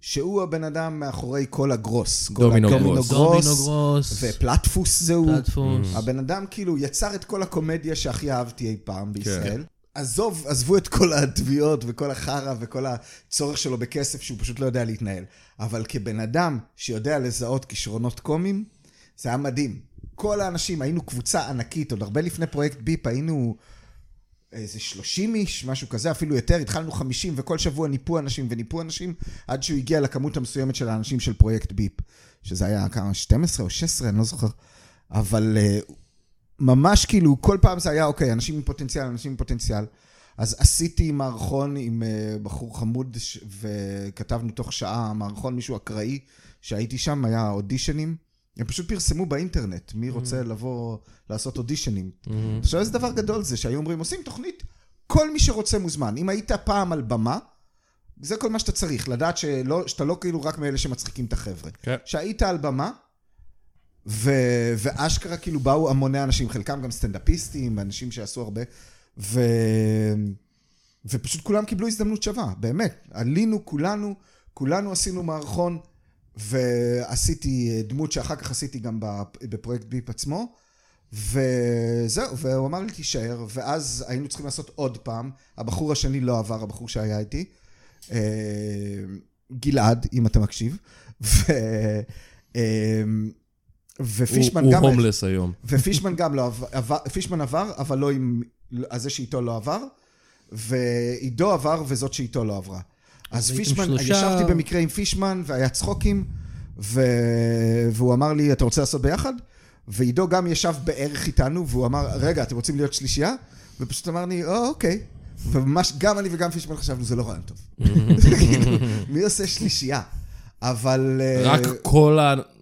D: שהוא הבן אדם מאחורי כל הגרוס. כל
B: דומינו
D: הדומינו
B: גרוס.
C: דומינו גרוס.
D: ופלטפוס זהו.
C: פלטפוס.
D: הבן אדם כאילו יצר את כל הקומדיה שהכי אהבתי אי פעם בישראל. כן. עזוב, עזבו את כל התביעות וכל החרא וכל הצורך שלו בכסף שהוא פשוט לא יודע להתנהל. אבל כבן אדם שיודע לזהות כישרונות קומיים, זה היה מדהים. כל האנשים, היינו קבוצה ענקית, עוד הרבה לפני פרויקט ביפ היינו איזה 30 איש, משהו כזה, אפילו יותר, התחלנו 50, וכל שבוע ניפו אנשים וניפו אנשים, עד שהוא הגיע לכמות המסוימת של האנשים של פרויקט ביפ, שזה היה כמה, 12 או 16, אני לא זוכר, אבל אה, ממש כאילו, כל פעם זה היה, אוקיי, אנשים עם פוטנציאל, אנשים עם פוטנציאל. אז עשיתי מערכון עם אה, בחור חמוד, ש... וכתבנו תוך שעה מערכון, מישהו אקראי, שהייתי שם, היה אודישנים. הם פשוט פרסמו באינטרנט, מי רוצה לבוא לעשות אודישנים. עכשיו, איזה דבר גדול זה, שהיו אומרים, עושים תוכנית, כל מי שרוצה מוזמן. אם היית פעם על במה, זה כל מה שאתה צריך, לדעת שלא, שאתה לא כאילו רק מאלה שמצחיקים את החבר'ה.
B: כן.
D: שהיית על במה, ו... ואשכרה כאילו באו המוני אנשים, חלקם גם סטנדאפיסטים, אנשים שעשו הרבה, ו... ופשוט כולם קיבלו הזדמנות שווה, באמת. עלינו כולנו, כולנו עשינו מערכון, ועשיתי אה, דמות שאחר כך עשיתי גם בפ- בפרויקט ביפ עצמו, וזהו, והוא אמר לי תישאר, ואז היינו צריכים לעשות עוד פעם, הבחור השני לא עבר, הבחור שהיה איתי, אה, גלעד, אם אתה מקשיב, ו... אה, ופישמן
B: הוא
D: אה, גם...
B: הומלס היום.
D: ופישמן גם לא עבר, עבר, פישמן עבר, אבל לא עם... אז זה שאיתו לא עבר, ועידו עבר וזאת שאיתו לא עברה. אז
C: הייתם
D: פישמן,
C: שלושה-
D: ישבתי במקרה עם פישמן והיה צחוקים, ו... והוא אמר לי, אתה רוצה לעשות ביחד? ועידו גם ישב בערך איתנו, והוא אמר, רגע, אתם רוצים להיות שלישייה? ופשוט אמר לי, או, אוקיי. וממש, גם אני וגם פישמן חשבנו, זה לא רעיון טוב. כאילו, מי עושה שלישייה? אבל... אה,
B: רק כל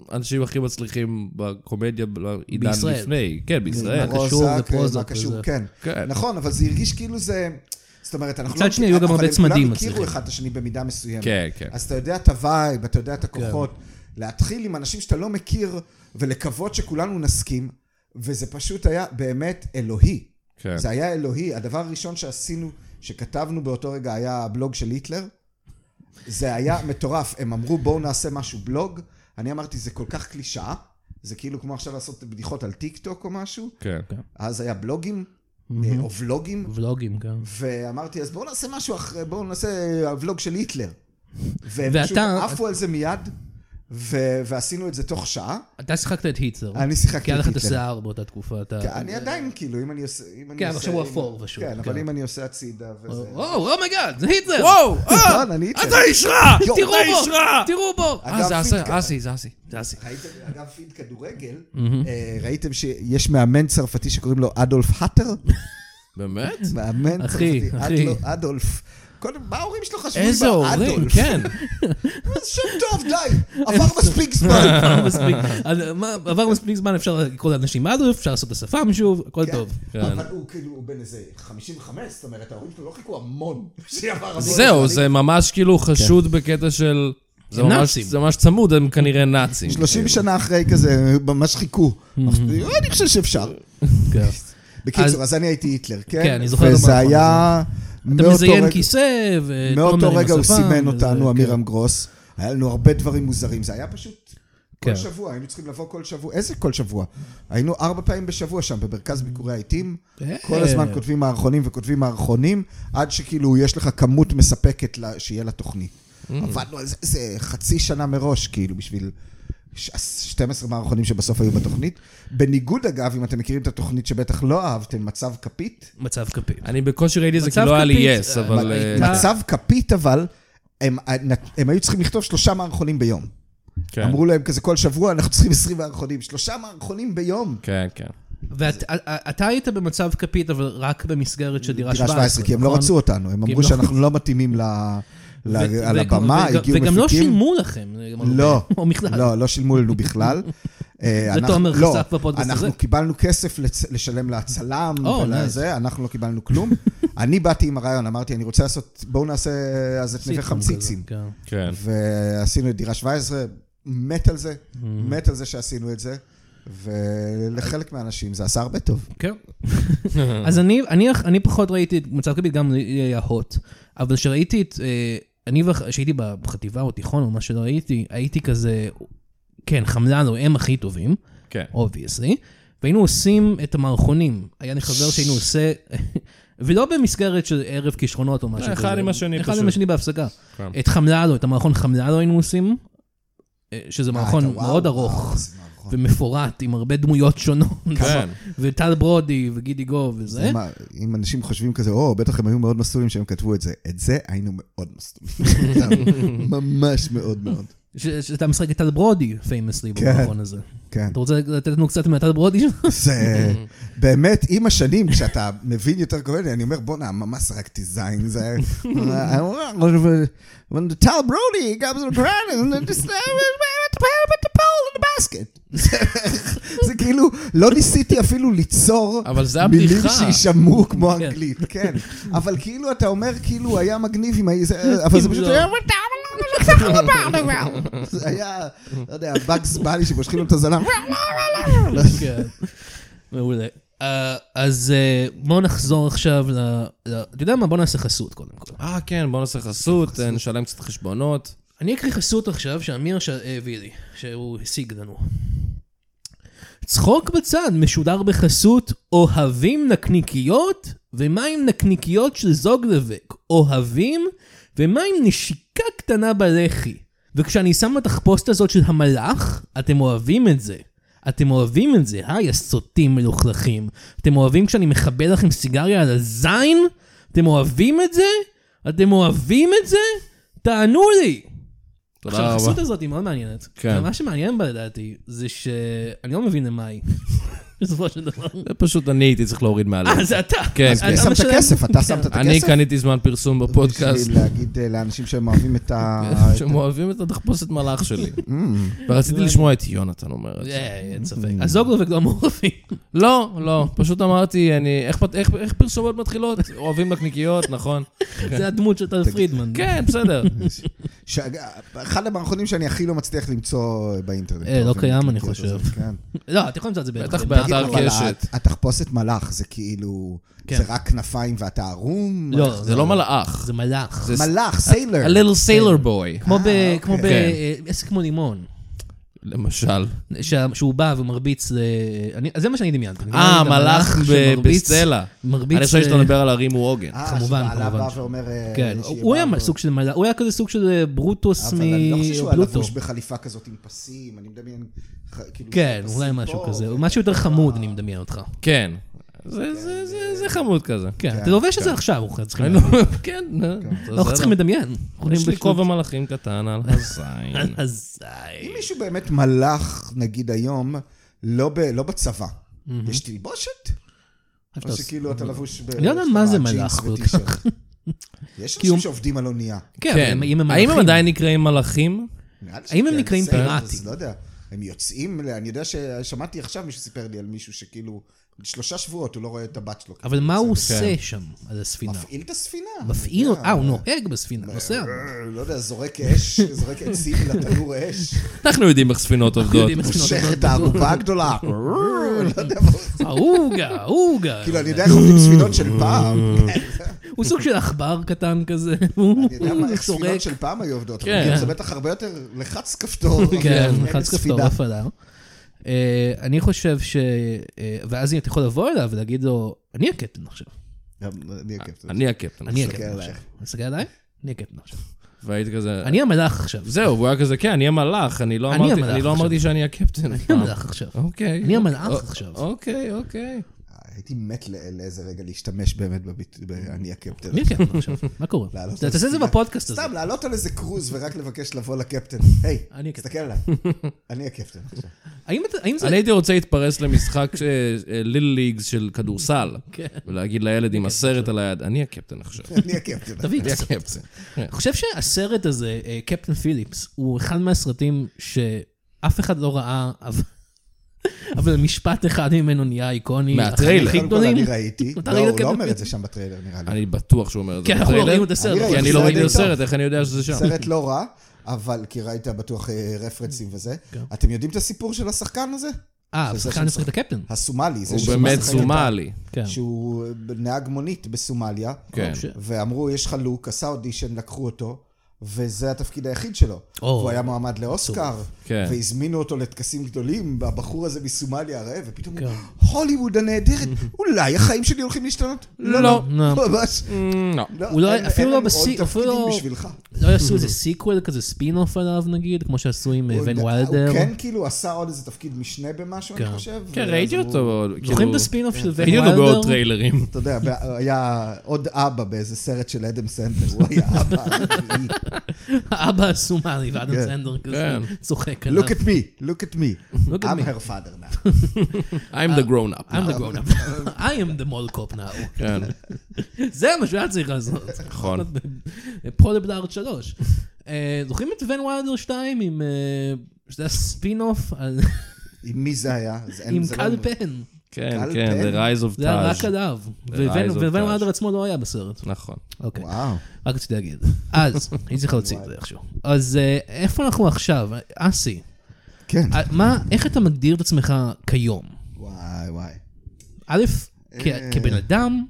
B: האנשים הכי מצליחים בקומדיה בעידן
C: בישראל.
B: לפני. כן, בישראל.
C: מה
D: רוזק,
C: קשור
D: אה, מה
C: לפרוזדוק
D: קשור,
C: וזה.
D: כן.
B: כן.
D: נכון, אבל זה הרגיש כאילו זה... זאת אומרת, אנחנו לא-
C: מצד שני, היו גם
D: אבל
C: הרבה
D: הם
C: צמדים
D: כולם הכירו
C: מצליחים.
D: אחד את השני במידה מסוימת.
B: כן, כן.
D: אז אתה יודע את הווייב, אתה
C: כן.
D: יודע את הכוחות. להתחיל עם אנשים שאתה לא מכיר, ולקוות שכולנו נסכים, וזה פשוט היה באמת אלוהי.
B: כן.
D: זה היה אלוהי. הדבר הראשון שעשינו, שכתבנו באותו רגע, היה הבלוג של היטלר. זה היה מטורף. הם אמרו, בואו נעשה משהו בלוג. אני אמרתי, זה כל כך קלישאה. זה כאילו כמו עכשיו לעשות בדיחות על טיק טוק או משהו.
B: כן.
D: אז היה בלוגים, אה, או ולוגים,
C: ולוגים כן. גם.
D: ואמרתי, אז בואו נעשה משהו אחרי, בואו נעשה הוולוג של היטלר. והם
C: ואתה-
D: פשוט עפו על זה מיד, ו- ועשינו את זה תוך שעה.
C: אתה שיחקת את היטלר.
D: אני שיחקתי
C: כי היה
D: את
C: לך את
D: היטלר.
C: השיער באותה תקופה. אתה...
D: כן, אני עדיין, כאילו, אם אני עושה... אם אני
C: אה, כן, אבל
D: עושה-
C: עכשיו הוא
D: אם-
C: אפור פשוט,
D: כן, אבל
C: כן. אה,
D: אם אני עושה הצידה וזה...
C: וואו, אומייגאד, זה היטלר!
B: וואו! אה!
D: נכון, אני היטלר.
B: אתה איש רע!
D: יואו,
B: תראו
C: תראו
B: בו!
C: בו! תראו בו!
D: אגב,
B: אה, זה אסי,
D: פידקה.
B: אסי, זה אסי, זה אסי.
D: ראיתם, אגב, פיד כדורגל, אה, ראיתם שיש מאמן צרפתי שקוראים לו אדולף האטר?
B: באמת?
D: מאמן
C: אחי,
D: צרפתי,
C: אחי.
D: אדלו- אדולף. קודם, מה ההורים שלו חשבו? לי
B: איזה
D: כאילו באדולף?
B: הורים, כן.
D: זה שם טוב, די, עבר מספיק זמן.
C: עבר מספיק. אז מה- עבר מספיק זמן, אפשר לקרוא לאנשים אדולף, אפשר לעשות את השפם שוב, הכל
D: כן.
C: טוב.
D: אבל הוא כאילו הוא בן איזה 55, זאת אומרת, ההורים שלו לא חיכו המון. שיעבר המון.
B: זהו, זה ממש כאילו
D: כן.
B: חשוד בקטע של... זה ממש-
C: נאצים.
B: זה ממש צמוד, הם כנראה נאצים.
D: 30 שנה אחרי כזה, ממש חיכו. אני חושב שאפשר.
C: כן.
D: בקיצור, אז אני הייתי היטלר, כן?
C: כן, אני זוכר את
D: וזה
C: המערכון
D: היה...
C: אתה
D: מאותו
C: מזיין
D: רגע-
C: כיסא, ו...
D: מאותו
C: טומר אה, עם
D: רגע הוא
C: השפם, וזה-
D: סימן אותנו,
C: כן.
D: עמירם גרוס. היה לנו הרבה דברים מוזרים, זה היה פשוט כל
C: כן.
D: שבוע, היינו צריכים לבוא כל שבוע, איזה כל שבוע? היינו ארבע פעמים בשבוע שם, במרכז ביקורי העיתים.
C: אה.
D: כל הזמן כותבים מערכונים וכותבים מערכונים, עד שכאילו יש לך כמות מספקת לה- שיהיה לתוכנית.
C: Mm.
D: עבדנו על זה- זה חצי שנה מראש, כאילו, בשביל... ש- 12 מערכונים שבסוף היו בתוכנית. בניגוד, אגב, אם אתם מכירים את התוכנית שבטח לא אהבתם, מצב כפית,
C: מצב כפי.
B: אני בקושי ראיתי את זה, כי
C: מצב
B: לא היה לי
C: כפית,
B: יס,
C: אה,
B: אבל... אה,
C: הייתה-
D: מצב כפית, אבל הם, אה, הם היו צריכים לכתוב שלושה מערכונים ביום.
B: כן,
D: אמרו להם כזה כל שבוע, אנחנו צריכים 20 מערכונים. שלושה מערכונים ביום.
B: כן, כן.
C: ואתה היית במצב כפית, אבל רק במסגרת של דירה
D: דירה
C: 17.
D: 17, כי הם לא
C: נכון?
D: רצו אותנו, הם אמרו
C: לא-
D: שאנחנו לא מתאימים ל- ל-
C: ו-
D: על
C: ו-
D: הבמה,
C: וג-
D: הגיעו מפיקים.
C: וגם לא שילמו לכם.
D: לא,
C: או בכלל.
D: לא, לא שילמו לנו בכלל. אה,
C: זה
D: אנחנו-
C: תומר
D: לא,
C: חשף בפודקאסט הזה.
D: אנחנו קיבלנו כסף לצ- לשלם להצלם
C: או,
D: ולזה, אנחנו לא קיבלנו כלום. אני באתי עם הרעיון, אמרתי, אני רוצה לעשות, בואו נעשה אה, אז את נווה
C: סיטקום
D: חמציצים.
C: כזה, כן.
B: כן.
D: ועשינו את דירה 17, מת על זה,
C: Mm-hmm.
D: מת על זה שעשינו את זה, ולחלק מהאנשים זה עשה הרבה טוב.
C: כן. אז אני, אני, אני פחות ראיתי את מצב כפית, גם לי היה הוט. אבל כשראיתי את... אה, אני, וח- כשהייתי בחטיבה או תיכון או מה שלא הייתי, הייתי כזה... כן, חמלן או הם הכי טובים,
B: כן.
C: אובייסלי. והיינו עושים את המערכונים. היה לי חבר שהיינו עושה... ולא במסגרת של ערב כישרונות או משהו
B: אה, אחד
C: כזה.
B: עם השני
C: אחד
B: פשוט.
C: עם השני בהפסקה.
B: כן.
D: אה,
C: את חמללו, את המערכון חמללו היינו עושים, אה, שזה
D: אה,
C: מערכון
D: אתה- וואו,
C: מאוד
D: וואו,
C: ארוך
D: זה מערכון.
C: ומפורט, עם הרבה דמויות שונות.
B: כן.
C: וטל ברודי וגידי גוב וזה.
D: מה, אם אנשים חושבים כזה, או, בטח הם היו מאוד מסלולים שהם כתבו את זה. את זה היינו מאוד מסלולים. ממש מאוד מאוד.
C: ש- שאתה משחק את טל ברודי, פיימסלי,
D: כן.
C: במכון הזה.
D: כן.
C: אתה רוצה לתת לנו קצת מהטל ברודי שלך?
D: זה באמת, עם השנים, כשאתה מבין יותר קומדיה, אני אומר, בואנה, ממש רק זין, זה... When the tall Brody comes to crying and the with the pole in the basket. זה כאילו, לא ניסיתי אפילו ליצור
B: אבל זה
D: מילים
B: הבדיחה.
D: שיישמעו כמו
C: כן.
D: אנגלית, כן. אבל כאילו, אתה אומר, כאילו, היה מגניב עם ה... זה- אבל לא זה
B: כאילו.
C: אם
D: פשוט
C: לא.
D: היה... זה היה, לא יודע, בגס בני שמושכים לו את הזנב. לא.
C: כן. מעולה. אה, אז אה, בואו נחזור עכשיו ל... ל- אתה יודע מה? בואו נעשה חסות קודם כל.
B: אה, כן, בוא נעשה חסות, אה, נשלם קצת חשבונות.
C: אני אקריא חסות עכשיו שאמיר ש- אה, הביא לי, שהוא השיג לנו. צחוק בצד משודר בחסות אוהבים נקניקיות ומה עם נקניקיות של זוג לבק. אוהבים ומה עם נשיקה קטנה בלחי. וכשאני שם בתחפושת הזאת של המלאך, אתם אוהבים את זה. אתם אוהבים את זה, היי, הסוטים מלוכלכים. אתם אוהבים כשאני מכבה לכם סיגריה על הזין? אתם אוהבים את זה? אתם אוהבים את זה? תענו לי!
B: תודה
C: עכשיו,
B: רבה.
C: החסות הזאת היא מאוד מעניינת.
B: כן.
C: מה שמעניין בה, לדעתי, זה שאני לא מבין למה היא. בסופו של דבר.
B: זה פשוט אני הייתי צריך להוריד מעליו.
C: אה, זה אתה.
B: כן,
C: אז
B: כן.
C: אתה
D: מי שם את
C: משלם-
D: הכסף? אתה שמת את הכסף?
B: אני קניתי זמן פרסום בפודקאסט.
D: בשביל להגיד אה, לאנשים שהם אוהבים את ה... את-
B: שהם אוהבים את התחפושת מלאך שלי. ורציתי לשמוע את יונתן אומר את זה.
C: אה, אין ספק.
B: Mm.
C: הזוגלובק לא מעורבים.
B: לא, לא, פשוט אמרתי, אני, איך פת- איך- איך פרסומות מתחילות? אוהבים נקניקיות, נכון.
C: זה הדמות של טל פרידמן.
B: כן, בסדר.
D: ש- אה, אחד המערכונים שאני הכי לא מצליח למצוא באינטרנט.
C: אה, לא
D: באופן
C: קיים, אני
D: כזה,
C: חושב.
D: כן.
C: לא, אתה יכול למצוא את זה
B: בטח
C: בטח.
B: באתר
D: אבל
B: קשת.
D: הת- התחפושת מלאך זה כאילו,
C: כן.
D: זה רק כנפיים ואתה ערום?
C: לא,
B: זה לא מלאך.
C: זה מלאך.
B: זה
D: מלאך, סיילר.
B: a little sailor boy.
C: כמו
D: אה,
C: ב- כמו
B: אוקיי.
C: בעסק כמו לימון.
B: למשל.
C: שה- שהוא בא ומרביץ ל... אני- אז זה מה שאני דמיינתי. אני
B: אה,
C: דמיינתי את המלאך
B: מלאך ב-
C: שמרביץ-
B: בסטלה.
C: מרביץ...
B: אני חושב שאתה
C: ל-
B: מדבר על הרים הוא עוגן.
D: אה.
C: כמובן, כמובן.
D: עלה בא ואומר... אה,
C: כן,
D: שהיא
C: הוא
D: באה
C: היה
D: ו-
C: סוג של מלאך, הוא היה כזה סוג של אה, ברוטוס
D: אבל אני לא חושב שהוא היה
C: מבלוטו.
D: לבוש בחליפה כזאת עם פסים, אני מדמיין... ח- כאילו,
C: כן,
D: פסים
C: אולי
D: פה,
C: משהו כזה,
D: ו-
C: משהו יותר חמוד, אני מדמיין אותך.
B: כן. זה- זה- זה זה חמוד כזה.
C: כן, אתה לובש את זה עכשיו, אנחנו צריכים
B: אני
C: לדמיין.
B: לא- כן, אה, בסדר.
C: אנחנו צריכים לדמיין.
B: יש לי
C: פשוט-
B: כובע מלאכים קטן על הזין.
C: אזי.
D: אם מישהו באמת מלאך, נגיד היום, לא ב- לא בצבא, יש תלבושת? או שכאילו אתה לבוש ב...
C: אני לא יודע מה זה מלאך כל
D: כל כך. יש אנשים שעובדים על אונייה.
C: כן,
B: כן.
C: אבל אם הם
B: האם הם
C: מלאכים-
B: עדיין נקראים מלאכים?
D: נראה לי
C: האם הם
D: שכן,
C: נקראים
D: זה-
C: פיראטים?
D: זה לא יודע. הם יוצאים, ל- אני יודע ששמעתי עכשיו מישהו סיפר לי על מישהו שכאילו, שלושה שבועות הוא לא רואה את הבת שלו.
C: אבל מה הוא
B: כן.
C: עושה שם על הספינה?
D: מפעיל את הספינה.
C: מפעיל
D: אני יודע.
C: אותה, אה, הוא נוהג בספינה, נוסע.
D: אה, לא יודע, זורק אש, זורק עצים לתנור אש,
B: אנחנו יודעים איך ספינות עובדות.
C: יודעים איך ספינות
D: מושך
C: עובדות.
D: את הערובה הגדולה. אה, לא יודע מה הוא עושה.
C: אהוגה, אהוגה.
D: כאילו, אני יודע איך עובדים ספינות של פעם.
C: הוא סוג של עכבר קטן כזה, הוא
D: אני יודע מה, איך
C: סורק.
D: ספינות של פעם היו עובדות.
B: כן.
D: כן. זה בטח הרבה יותר לחץ כפתור.
C: כן,
D: אבל
C: לחץ כפתור
D: ספינה.
C: הפעלה. אה, אני חושב ש... אה, ואז אתה יכול לבוא אליו ולהגיד לו, אני הקפטן עכשיו.
D: גם אני הכיף.
B: אני הקפטן.
C: אני
D: מסתכל
C: הקפטן
D: עלייך.
C: עכשיו. מסתכל עליי? אני הקפטן עכשיו.
B: והייתי כזה...
C: אני המלאך עכשיו.
B: זהו, והוא היה כזה, כן, אני המלאך, אני לא
C: אני
B: אמרתי-
C: המלאך
B: אני לא
C: עכשיו.
B: אמרתי שאני הקפטן.
C: אני
D: נכון.
C: המלאך עכשיו.
B: אוקיי.
C: אני המלאך
B: א-
C: עכשיו.
B: אוקיי, אוקיי.
D: הייתי מת לא- לאיזה רגע להשתמש באמת בביטוי, אני הקפטן.
C: אני הקפטן עכשיו. מה קורה?
D: לעלות
C: אתה
D: על
C: תעשה את זה
D: ספינה.
C: בפודקאסט הזה.
D: סתם, לעלות על איזה קרוז ורק לבקש לבוא לקפטן. היי,
C: אני הקפטן.
D: תסתכל עליי. אני הקפטן עכשיו.
C: האם אתה- האם זה...
B: אני הייתי רוצה להתפרס למשחק ליל ליגס של כדורסל,
C: כן.
B: ולהגיד לילד עם הסרט על היד, אני הקפטן עכשיו.
D: אני הקפטן.
C: תביא
B: אני
C: קצת.
B: הקפטן. כן.
C: אני חושב שהסרט הזה, אה, קפטן פיליפס, הוא אחד מהסרטים שאף אחד לא ראה, אבל- אבל משפט אחד ממנו נהיה איקוני.
B: מהטריילר.
C: הכי
D: קודם כל,
C: גדולים.
D: אני ראיתי.
C: אתה
D: לא,
C: ראית
D: הוא לא
C: קפטן
D: אומר את
C: פיליפס?
D: זה שם בטריילר, נראה לי.
B: אני בטוח שהוא אומר את זה
C: כן, אנחנו לא
B: בטריילר,
C: ראינו את הסרט.
D: אני
B: כי אני
D: ראיתי
B: לא
D: סרט
B: ראיתי את
D: די טוב.
B: הסרט, איך אני יודע שזה שם?
D: סרט לא רע, אבל כי ראית בטוח אה, רפרנסים וזה. אתם יודעים את הסיפור של השחקן הזה?
C: אה,
D: שזה
C: השחקן
D: שם
C: משחק את הקפטן.
D: הסומלי. זה
B: הוא
D: שהוא
B: באמת
D: משחק את ה-
B: סומלי.
C: כן.
D: שהוא נהג מונית בסומליה.
B: כן.
D: ואמרו, יש לך לוק, עשה אודישן, לקחו אותו, וזה התפקיד היחיד שלו.
C: או.
D: והוא היה מועמד לאוסקר,
B: כן.
D: והזמינו אותו לטקסים גדולים, הבחור הזה מסומליה הרעב, ופתאום הוא,
C: כן.
D: הוליווד הנהדרת, אולי החיים שלי הולכים להשתנות? לא,
C: לא.
D: ממש.
B: Mm, לא.
D: לא,
C: הוא לא-
D: אין-
C: אפילו
D: אין
C: לא
D: לנו
C: בשיא,
D: עוד
C: אפילו
D: תפקידים
C: לא-
D: בשבילך.
C: לא לא יעשו איזה סיקוול כזה, ספין-אוף עליו נגיד, כמו שעשו עם אה, ון
D: הוא-
C: וילדר.
D: הוא כן כאילו עשה עוד איזה תפקיד משנה במשהו, אני חושב.
B: כן,
D: ואז
B: ראיתי
D: הוא-
B: אותו.
C: זוכרים
B: כאילו,
C: את הספין-אוף של ון
D: כן.
C: וילדר?
B: ראיתי אותו בעוד טריילרים.
D: אתה יודע, היה עוד אבא באיזה סרט של אדם סנדלר, הוא היה אבא. הרביעי.
C: האבא הסומני ואדם
D: כן.
C: סנדר כזה,
B: כן.
C: צוחק עליו.
D: Look at me, look at me.
C: Look at
D: I'm
C: me.
D: her father now.
B: I'm the grown up.
C: I'm the grown up. I am the mall cop now.
B: כן,
C: זה מה שהיה צריך לעשות.
B: נכון.
C: פרודפט ארט 3. אה, זוכרים את ון ויילדר 2 עם... אה, שזה היה ספין אוף
D: עם מי זה היה? זה אין-
C: עם
D: זה לא-
C: קל פן.
B: כן,
D: קל
B: כן,
D: פן.
B: The Rise of
C: זה היה רק
B: Taj.
C: עליו.
B: The
C: וון
B: Rise of
C: וון
B: Taj.
C: ויילדר עצמו לא היה בסרט.
B: נכון.
C: אוקיי.
D: וואו.
C: רק רציתי להגיד. אז, אני צריך להוציא את זה איכשהו. אז אה, איפה אנחנו עכשיו? אסי,
D: כן.
C: אה, מה, איך אתה מגדיר את עצמך כיום?
D: וואי, וואי.
C: א', כ-
D: אה.
C: כבן אדם,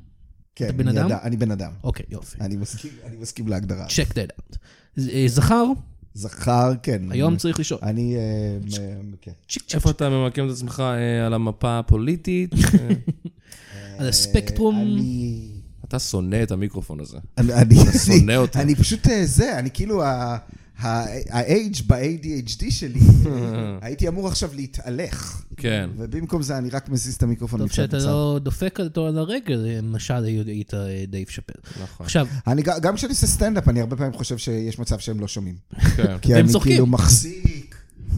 D: כן,
C: אתה בן
D: אני
C: אדם?
D: יודע- אני בן אדם.
C: אוקיי, יופי.
D: אני מסכים- אני מסכים להגדרה.
C: check that out. אה, זכר,
D: זכר, כן.
C: היום צריך לשאול.
D: אני... אה, מ- כן.
C: צ'יק צ'יק
B: איפה אתה ממקם את עצמך אה, על המפה הפוליטית? אה,
C: על הספקטרום.
D: אה, אני...
B: אתה שונא את המיקרופון הזה.
D: אה, אני, אני,
B: שונא
D: אני,
B: אותו.
D: אני פשוט אה, זה, אני כאילו, ה- ה- ה-age ב-ADHD שלי, הייתי אמור עכשיו להתהלך.
B: כן.
D: ובמקום זה אני רק מזיז את המיקרופון.
C: טוב
D: מצד
C: שאתה
D: לצד.
C: לא דופק אותו על הרגל, אה, למשל היית אה, דייב שאפל.
B: נכון.
C: עכשיו,
D: אני, ג- גם כשאני עושה סטנדאפ, אני הרבה פעמים חושב שיש מצב שהם לא שומעים.
B: כן.
D: כי
C: והם
D: אני
C: צוחקים.
D: כאילו מחזיק,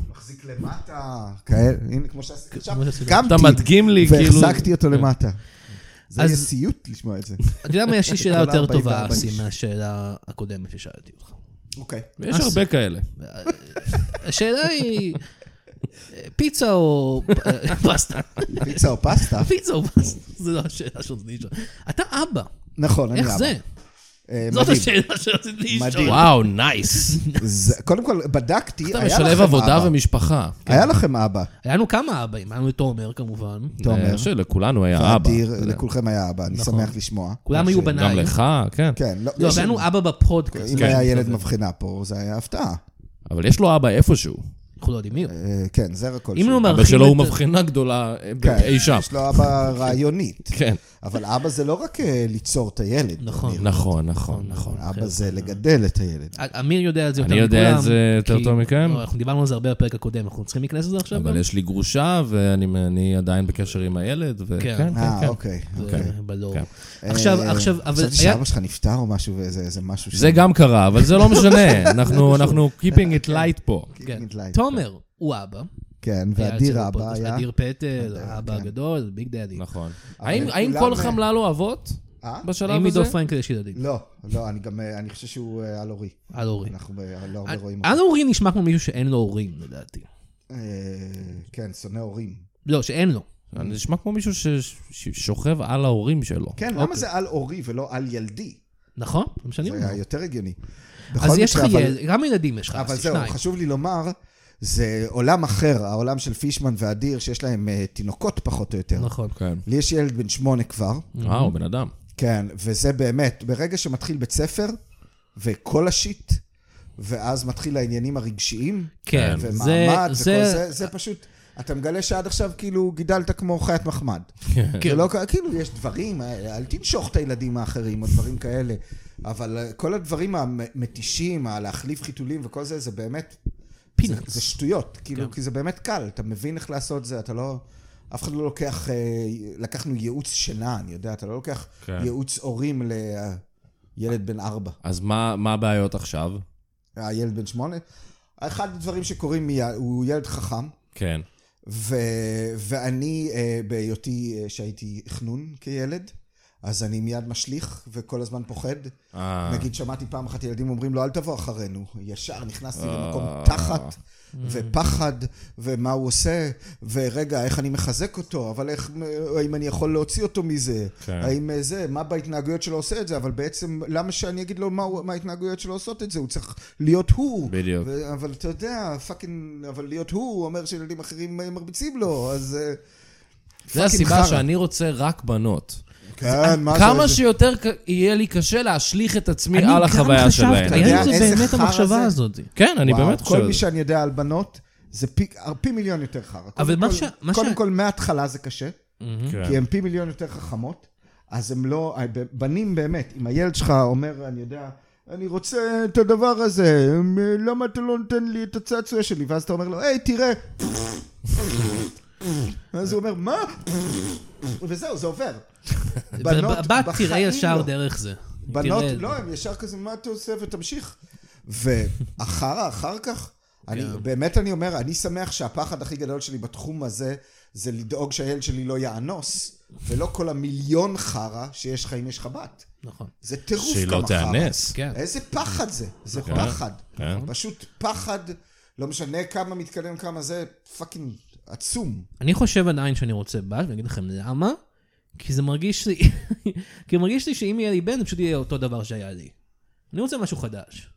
D: מחזיק למטה, כאלה, הנה, כמו שעשיתי עכשיו,
C: כמו שעשית.
D: קמתי,
B: אתה מדגים לי, כאילו...
D: והחזקתי אותו למטה. זה
C: אז-
D: יהיה סיוט לשמוע את זה.
C: אתה יודע מה, יש לי שאלה
D: כל
C: יותר
D: 44
C: טובה,
D: איש.
C: אסי, מהשאלה הקודמת ששאלתי אותך.
D: אוקיי.
B: יש הרבה כאלה.
C: השאלה היא, אה, פיצה או אה, פסטה?
D: פיצה או פסטה?
C: פיצה או פסטה, זה לא השאלה שרציתי לשאול. אתה אבא,
D: נכון, אני
C: איך
D: אבא.
C: זה?
D: אה,
C: זאת
D: מדהים.
C: השאלה שרציתי
D: מדהים.
C: לשאול.
B: וואו, נייס.
D: זה- קודם כל, בדקתי,
B: אתה
D: היה
B: משלב
D: לכם
B: עבודה
D: אבא.
B: ומשפחה.
D: היה לכם אבא,
C: היה לנו כמה אבאים, היה לנו את תומר כמובן,
D: תומר.
B: אה, שלכולנו היה אבא.
D: אדיר,
B: אתה יודע.
D: לכולכם היה אבא, אני שמח לשמוע.
C: כולם היו בניים.
B: גם לך, כן.
D: כן, לא,
C: לא,
D: יש-
C: היה לנו אבא בפודקאסט.
D: אם
C: כן.
D: היה ילד מבחינה פה, זה היה הפתעה.
B: אבל יש לו אבא איפשהו.
C: אנחנו לא יודעים מי הוא.
D: אה, כן, זרע כלשהו.
C: אם לא
B: אבא שלו הוא
C: מארחים את...
B: מבחנה גדולה אה,
D: כן,
B: אי שם.
D: יש לו אבא רעיונית.
B: כן.
D: אבל אבא זה לא רק אה, ליצור את הילד.
C: נכון. כן,
B: נכון, נכון, נכון.
D: אבא זה לגדל את הילד.
C: אמיר יודע את זה יותר
B: אני
C: מכולם.
B: יודע את זה יותר
C: כי-
B: טוב מכם.
C: לא, אנחנו דיברנו על זה הרבה בפרק הקודם, אנחנו צריכים להיכנס לזה עכשיו גם?
B: אבל יש לי גרושה, ואני אני עדיין בקשר עם הילד,
C: כן.
B: וכן, כן,
D: אה,
B: כן.
D: אוקיי.
C: זה
B: אוקיי.
C: בלור.
B: כן.
C: עכשיו,
D: אה,
C: עכשיו, אבל
D: חשבתי
C: היה...
D: שאבא שלך נפטר או משהו, ואיזה איזה משהו ש...
B: זה גם קרה, אבל זה לא משנה. אנחנו אנחנו keeping it light פה.
C: כן.
D: Midlight.
C: תומר הוא אבא.
D: כן,
C: היה
D: ואדיר
C: אצלנו
D: אבא
C: בפודקאסט,
D: היה... כן.
C: אדיר פטל, האבא הגדול, ביג דאדי.
B: נכון. האם
D: אבל
B: האם
D: כולם-
B: כל חמלה לו אבות?
D: אה?
B: בשלב
C: האם עידו
B: הזה?
C: פרנקל יש ילדים?
D: לא, לא, אני גם... אה, אני חושב שהוא אה, על הורי.
C: על הורים.
D: אנחנו ב- לא הרבה
C: אה, על
D: רואים
C: על הורים נשמע כמו מישהו שאין לו הורים, לדעתי.
D: אה, כן, שונא הורים.
C: לא, שאין לו.
B: אני נשמע כמו מישהו ש- ששוכב על ההורים שלו.
D: כן,
C: אוקיי.
D: למה זה על הורי ולא על ילדי?
C: נכון? זה מה שאני
D: זה
C: אומר.
D: היה יותר הגיוני.
C: אז
D: בכל
C: יש לך
D: מקרה, אבל-
C: ילד, גם ילדים יש לך,
D: אבל
C: אז
D: זהו,
C: שניים.
D: חשוב לי לומר, זה עולם אחר, העולם של פישמן ואדיר, שיש להם אה, תינוקות פחות או יותר.
C: נכון.
B: כן.
D: לי יש ילד בן שמונה כבר,
B: אה, הוא בן אדם.
D: כן, וזה באמת, ברגע שמתחיל בית ספר, וכל השיט, ואז מתחיל העניינים הרגשיים,
C: כן, זה-
D: ומעמד, וכל
C: זה-
D: זה, זה פשוט... אתה מגלה שעד עכשיו כאילו גידלת כמו חיית מחמד.
C: כן.
D: כן. לא, כאילו, יש דברים, אל תנשוך את הילדים האחרים או דברים כאלה, אבל אה, כל הדברים המתישים, הלהחליף אה, חיתולים וכל זה, זה באמת... זה,
C: פינאץ.
D: זה שטויות, כאילו, כי זה באמת קל, אתה מבין איך לעשות זה, אתה לא... אף אחד לא לוקח, אה, לקחנו ייעוץ שינה, אני יודע, אתה לא לוקח
B: כן.
D: ייעוץ הורים לילד בן ארבע.
B: אז מה מה הבעיות עכשיו?
D: הילד בן שמונה. אחד הדברים שקורים, מיד- הוא ילד חכם,
B: כן.
D: ו, ואני, אה, בהיותי, אה, שהייתי חנון כילד, אז אני מיד משליך וכל הזמן פוחד.
B: אה.
D: נגיד, שמעתי פעם אחת ילדים אומרים לו, אל תבוא אחרינו. ישר נכנסתי
B: אה.
D: למקום תחת. ופחד, ומה הוא עושה, ורגע, איך אני מחזק אותו, אבל איך, האם אני יכול להוציא אותו מזה,
B: כן.
D: האם אה, זה, מה בהתנהגויות שלו עושה את זה, אבל בעצם, למה שאני אגיד לו מה, הוא- מה ההתנהגויות שלו עושות את זה, הוא צריך להיות הוא.
B: בדיוק.
D: ו- אבל אתה יודע, פאקינג, אבל להיות הוא, הוא אומר שילדים אחרים אה, מרביצים לו, אז... אה,
B: זה
D: פאקינג
B: הסיבה
D: חרא.
B: שאני רוצה רק בנות.
D: כן, מה זה...
B: כמה
D: זה-
B: שיותר ק- יהיה לי קשה להשליך את עצמי
C: אני
B: על
C: גם
B: החוויה
C: חשבתי,
B: שלהם.
D: אתה יודע
C: האם זו
D: איזה
C: באמת
D: חרא
C: המחשבה
D: זה?
C: הזאת?
B: כן, אני
D: וואו,
B: באמת חושב.
D: כל
B: על
D: מי
B: זה.
D: שאני יודע על בנות, זה פי, פי מיליון יותר חרא. קודם
C: אבל מה
D: כל-
C: ש- מה
D: קודם
C: ש-
D: כל, מההתחלה זה קשה,
B: כן.
D: כי הן פי מיליון יותר חכמות, אז הם לא... בנים באמת, אם הילד שלך אומר, אני יודע, אני רוצה את הדבר הזה, אמ, למה אתה לא נותן לי את הצעצוע שלי? ואז אתה אומר לו, היי, תראה. אז הוא אומר, מה? וזהו, זה עובר. בנות
C: בת תראה
D: בחיים
C: ישר
D: לא.
C: דרך זה.
D: בנות,
C: תראה-
D: לא, הם ישר כזה, מה אתה עושה ותמשיך. ואחר, אחר כך, אני, באמת אני אומר, אני שמח שהפחד הכי גדול שלי בתחום הזה, זה לדאוג שהילד שלי לא יאנוס, ולא כל המיליון חרא שיש לך אם יש לך בת.
C: נכון.
D: זה טירוף כמה
B: שהיא
D: חרא.
B: לא תאנס.
C: כן.
D: איזה פחד זה, זה פחד.
B: כן.
D: פשוט פחד, לא משנה כמה מתקדם, כמה זה, פאקינג עצום.
C: אני חושב עדיין שאני רוצה בת, ואני אגיד לכם למה, כי זה מרגיש לי, כי מרגיש לי שאם יהיה לי בן, זה פשוט יהיה אותו דבר שהיה לי. אני רוצה משהו חדש.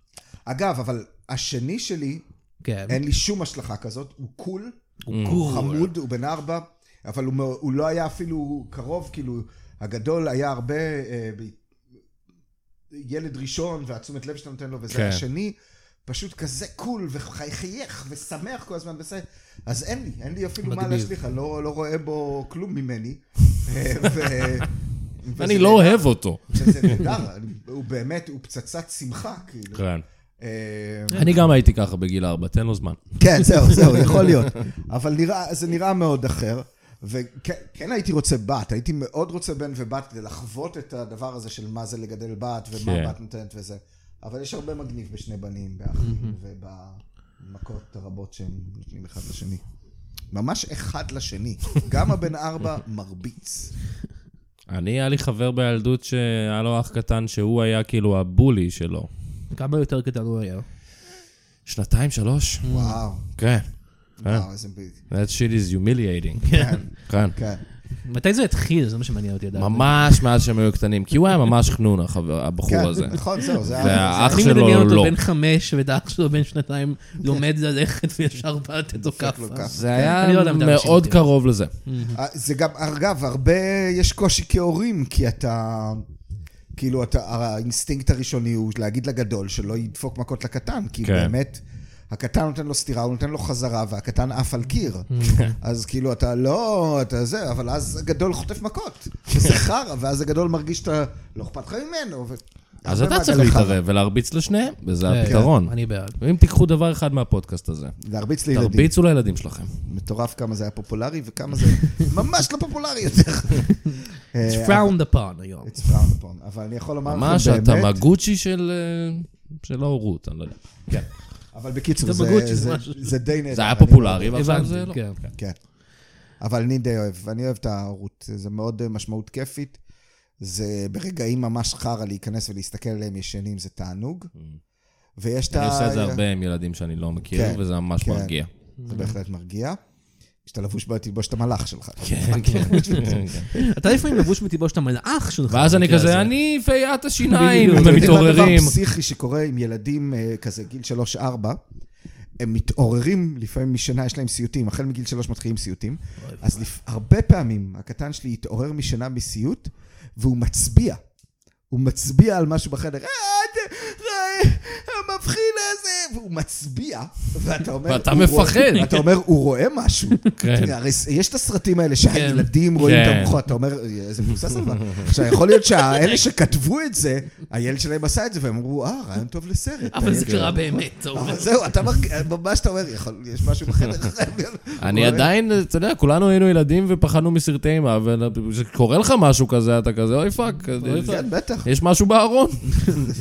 D: אגב, אבל השני שלי,
C: כן.
D: אין לי שום השלכה כזאת, הוא קול,
C: הוא
D: הוא
C: קור.
D: חמוד, הוא בן ארבע, אבל הוא, מא- הוא לא היה אפילו קרוב, כאילו, הגדול היה הרבה אה, ב... ילד ראשון, והתשומת לב שאתה נותן לו, וזה
B: כן.
D: השני, פשוט כזה קול, וחייך ושמח כל הזמן, וזה... אז אין לי, אין לי אפילו מה
C: מגניב.
D: להשליך, אני לא, לא רואה בו כלום ממני. אה, ו...
B: אני לא אוהב אותו.
D: וזה- וזה נהדר, אני- הוא באמת, הוא פצצת שמחה, כאילו.
B: כן.
D: אה,
B: אני גם הייתי ככה בגיל ארבע, תן לו זמן.
D: כן, זהו, זהו, יכול להיות. אבל נראה, זה נראה מאוד אחר. וכן כן הייתי רוצה בת, הייתי מאוד רוצה בן ובת כדי לחוות את הדבר הזה של מה זה לגדל בת ומה
B: כן.
D: בת נותנת וזה. אבל יש הרבה מגניב בשני בנים, באחים ובמכות הרבות שהם נותנים אחד לשני. ממש אחד לשני. גם הבן ארבע מרביץ.
B: אני, היה לי חבר בילדות שהיה לו אח קטן שהוא היה כאילו הבולי שלו.
C: כמה יותר קטן הוא היה.
B: שנתיים, שלוש?
D: וואו,
B: כן. כן.
D: וואו, איזה... ב-
B: That shit is humiliating. כן.
D: כן.
C: מתי זה התחיל? זה מה שמעניין אותי לדעת.
B: ממש מאז שהם היו קטנים, כי הוא היה ממש חנון, החבר- הבחור הזה.
D: כן, נכון, זהו, זה היה...
B: והאח
C: אני
B: שלו
C: מדמיין אותו
B: לא.
C: בן חמש, ואת האח שלו בן שנתיים לומד ללכת וישר בא לתת לו
D: דופק לו
C: כאפה.
D: כאפה.
B: זה היה
C: אני לא יודע אם אתה אנשים
B: מאוד
C: מכירים.
B: קרוב לזה.
D: אה, זה גם, אגב, הרבה, יש קושי כהורים, כי אתה, כאילו, אתה, האינסטינקט הראשוני הוא להגיד לגדול שלא ידפוק מכות לקטן, כי
B: כן.
D: כן. באמת, הקטן נותן לו סטירה, הוא נותן לו חזרה, והקטן עף על קיר. אז כאילו, אתה לא, אתה זה, אבל אז הגדול חוטף מכות,
B: כן.
D: שזה חרא, ואז הגדול מרגיש שאתה, לא אכפת לך ממנו. ו...
B: אז
D: הרבה
B: אתה צריך
D: מעגל חרא.
B: להתערב ולהרביץ לשניהם, וזה
C: כן,
B: הפתרון.
C: אני בעד.
D: אה,
B: אם תיקחו דבר אחד מהפודקאסט הזה,
D: להרביץ לילדים.
B: תרביצו לילדים שלכם.
D: מטורף כמה זה היה פופולרי, וכמה זה ממש לא פופולרי יותר.
C: It's
D: אה,
C: frowned upon היום.
D: It's frowned upon, אבל אני יכול לומר לכם באמת...
B: ממש הטמגוצ'י של אה, של ההורות, אני לא יודע. כן.
D: אבל בקיצור, זה,
C: טמגוצ'י,
D: זה,
C: זה
D: זה,
C: משהו.
D: זה די נהדר.
B: זה היה
D: אני
B: פופולרי, ועכשיו זה
C: הבנתי,
B: לא.
C: כן.
D: מאוד- כן. אבל אני די אוהב, אני אוהב את ההורות. זה מאוד אה, משמעות כיפית. זה ברגעים ממש חרא להיכנס ולהסתכל עליהם ישנים, זה תענוג. ויש את ה...
B: Mm. אני עושה את זה הרבה עם ילדים שאני לא מכיר,
D: כן,
B: וזה ממש
D: כן.
B: מרגיע.
D: זה בהחלט מרגיע. כשאתה לבוש בו, תלבוש את המלאך שלך.
B: כן,
D: כן.
C: אתה לפעמים לבוש מתיבוש את המלאך שלך.
B: ואז אני
C: במקרה הזה.
B: כזה, אני פיית השיניים,
C: בדיוק.
B: כאילו, הם
D: אתם יודעים מה
B: מתעוררים.
D: הדבר הפסיכי שקורה עם ילדים אה, כזה גיל 3-4? הם מתעוררים, לפעמים משינה יש להם סיוטים, החל מגיל 3 מתחילים סיוטים. אז לפ... הרבה פעמים הקטן שלי התעורר משינה מסיוט, והוא מצביע. הוא מצביע על משהו בחדר, אה, את- אה, המבחין הזה, והוא מצביע, ואתה אומר...
B: ואתה
D: "הוא רואה-"
B: מפחד.
D: אתה אומר, הוא רואה משהו.
B: כן.
D: תראה, הרי יש את הסרטים האלה שהילדים רואים את
B: כן.
D: המוחות, אתה אומר, איזה מבוסס על מה. עכשיו, יכול להיות שהאלה שכתבו את זה, הילד שלהם עשה את זה, והם אמרו, אה, רעיון טוב לסרט.
C: אבל זה
B: כן.
D: הילד-
C: קרה באמת. אתה אומר.
D: אבל זהו, אתה מרגיש, ממש אתה אומר, יכול, יש משהו בחדר.
B: אני עדיין, אתה יודע, כולנו היינו ילדים ופחדנו מסרטי אימה, וכשקורה לך משהו כזה, אתה כזה, אוי פאק, אוי פאק."
D: כן, בטח.
B: יש משהו בארון.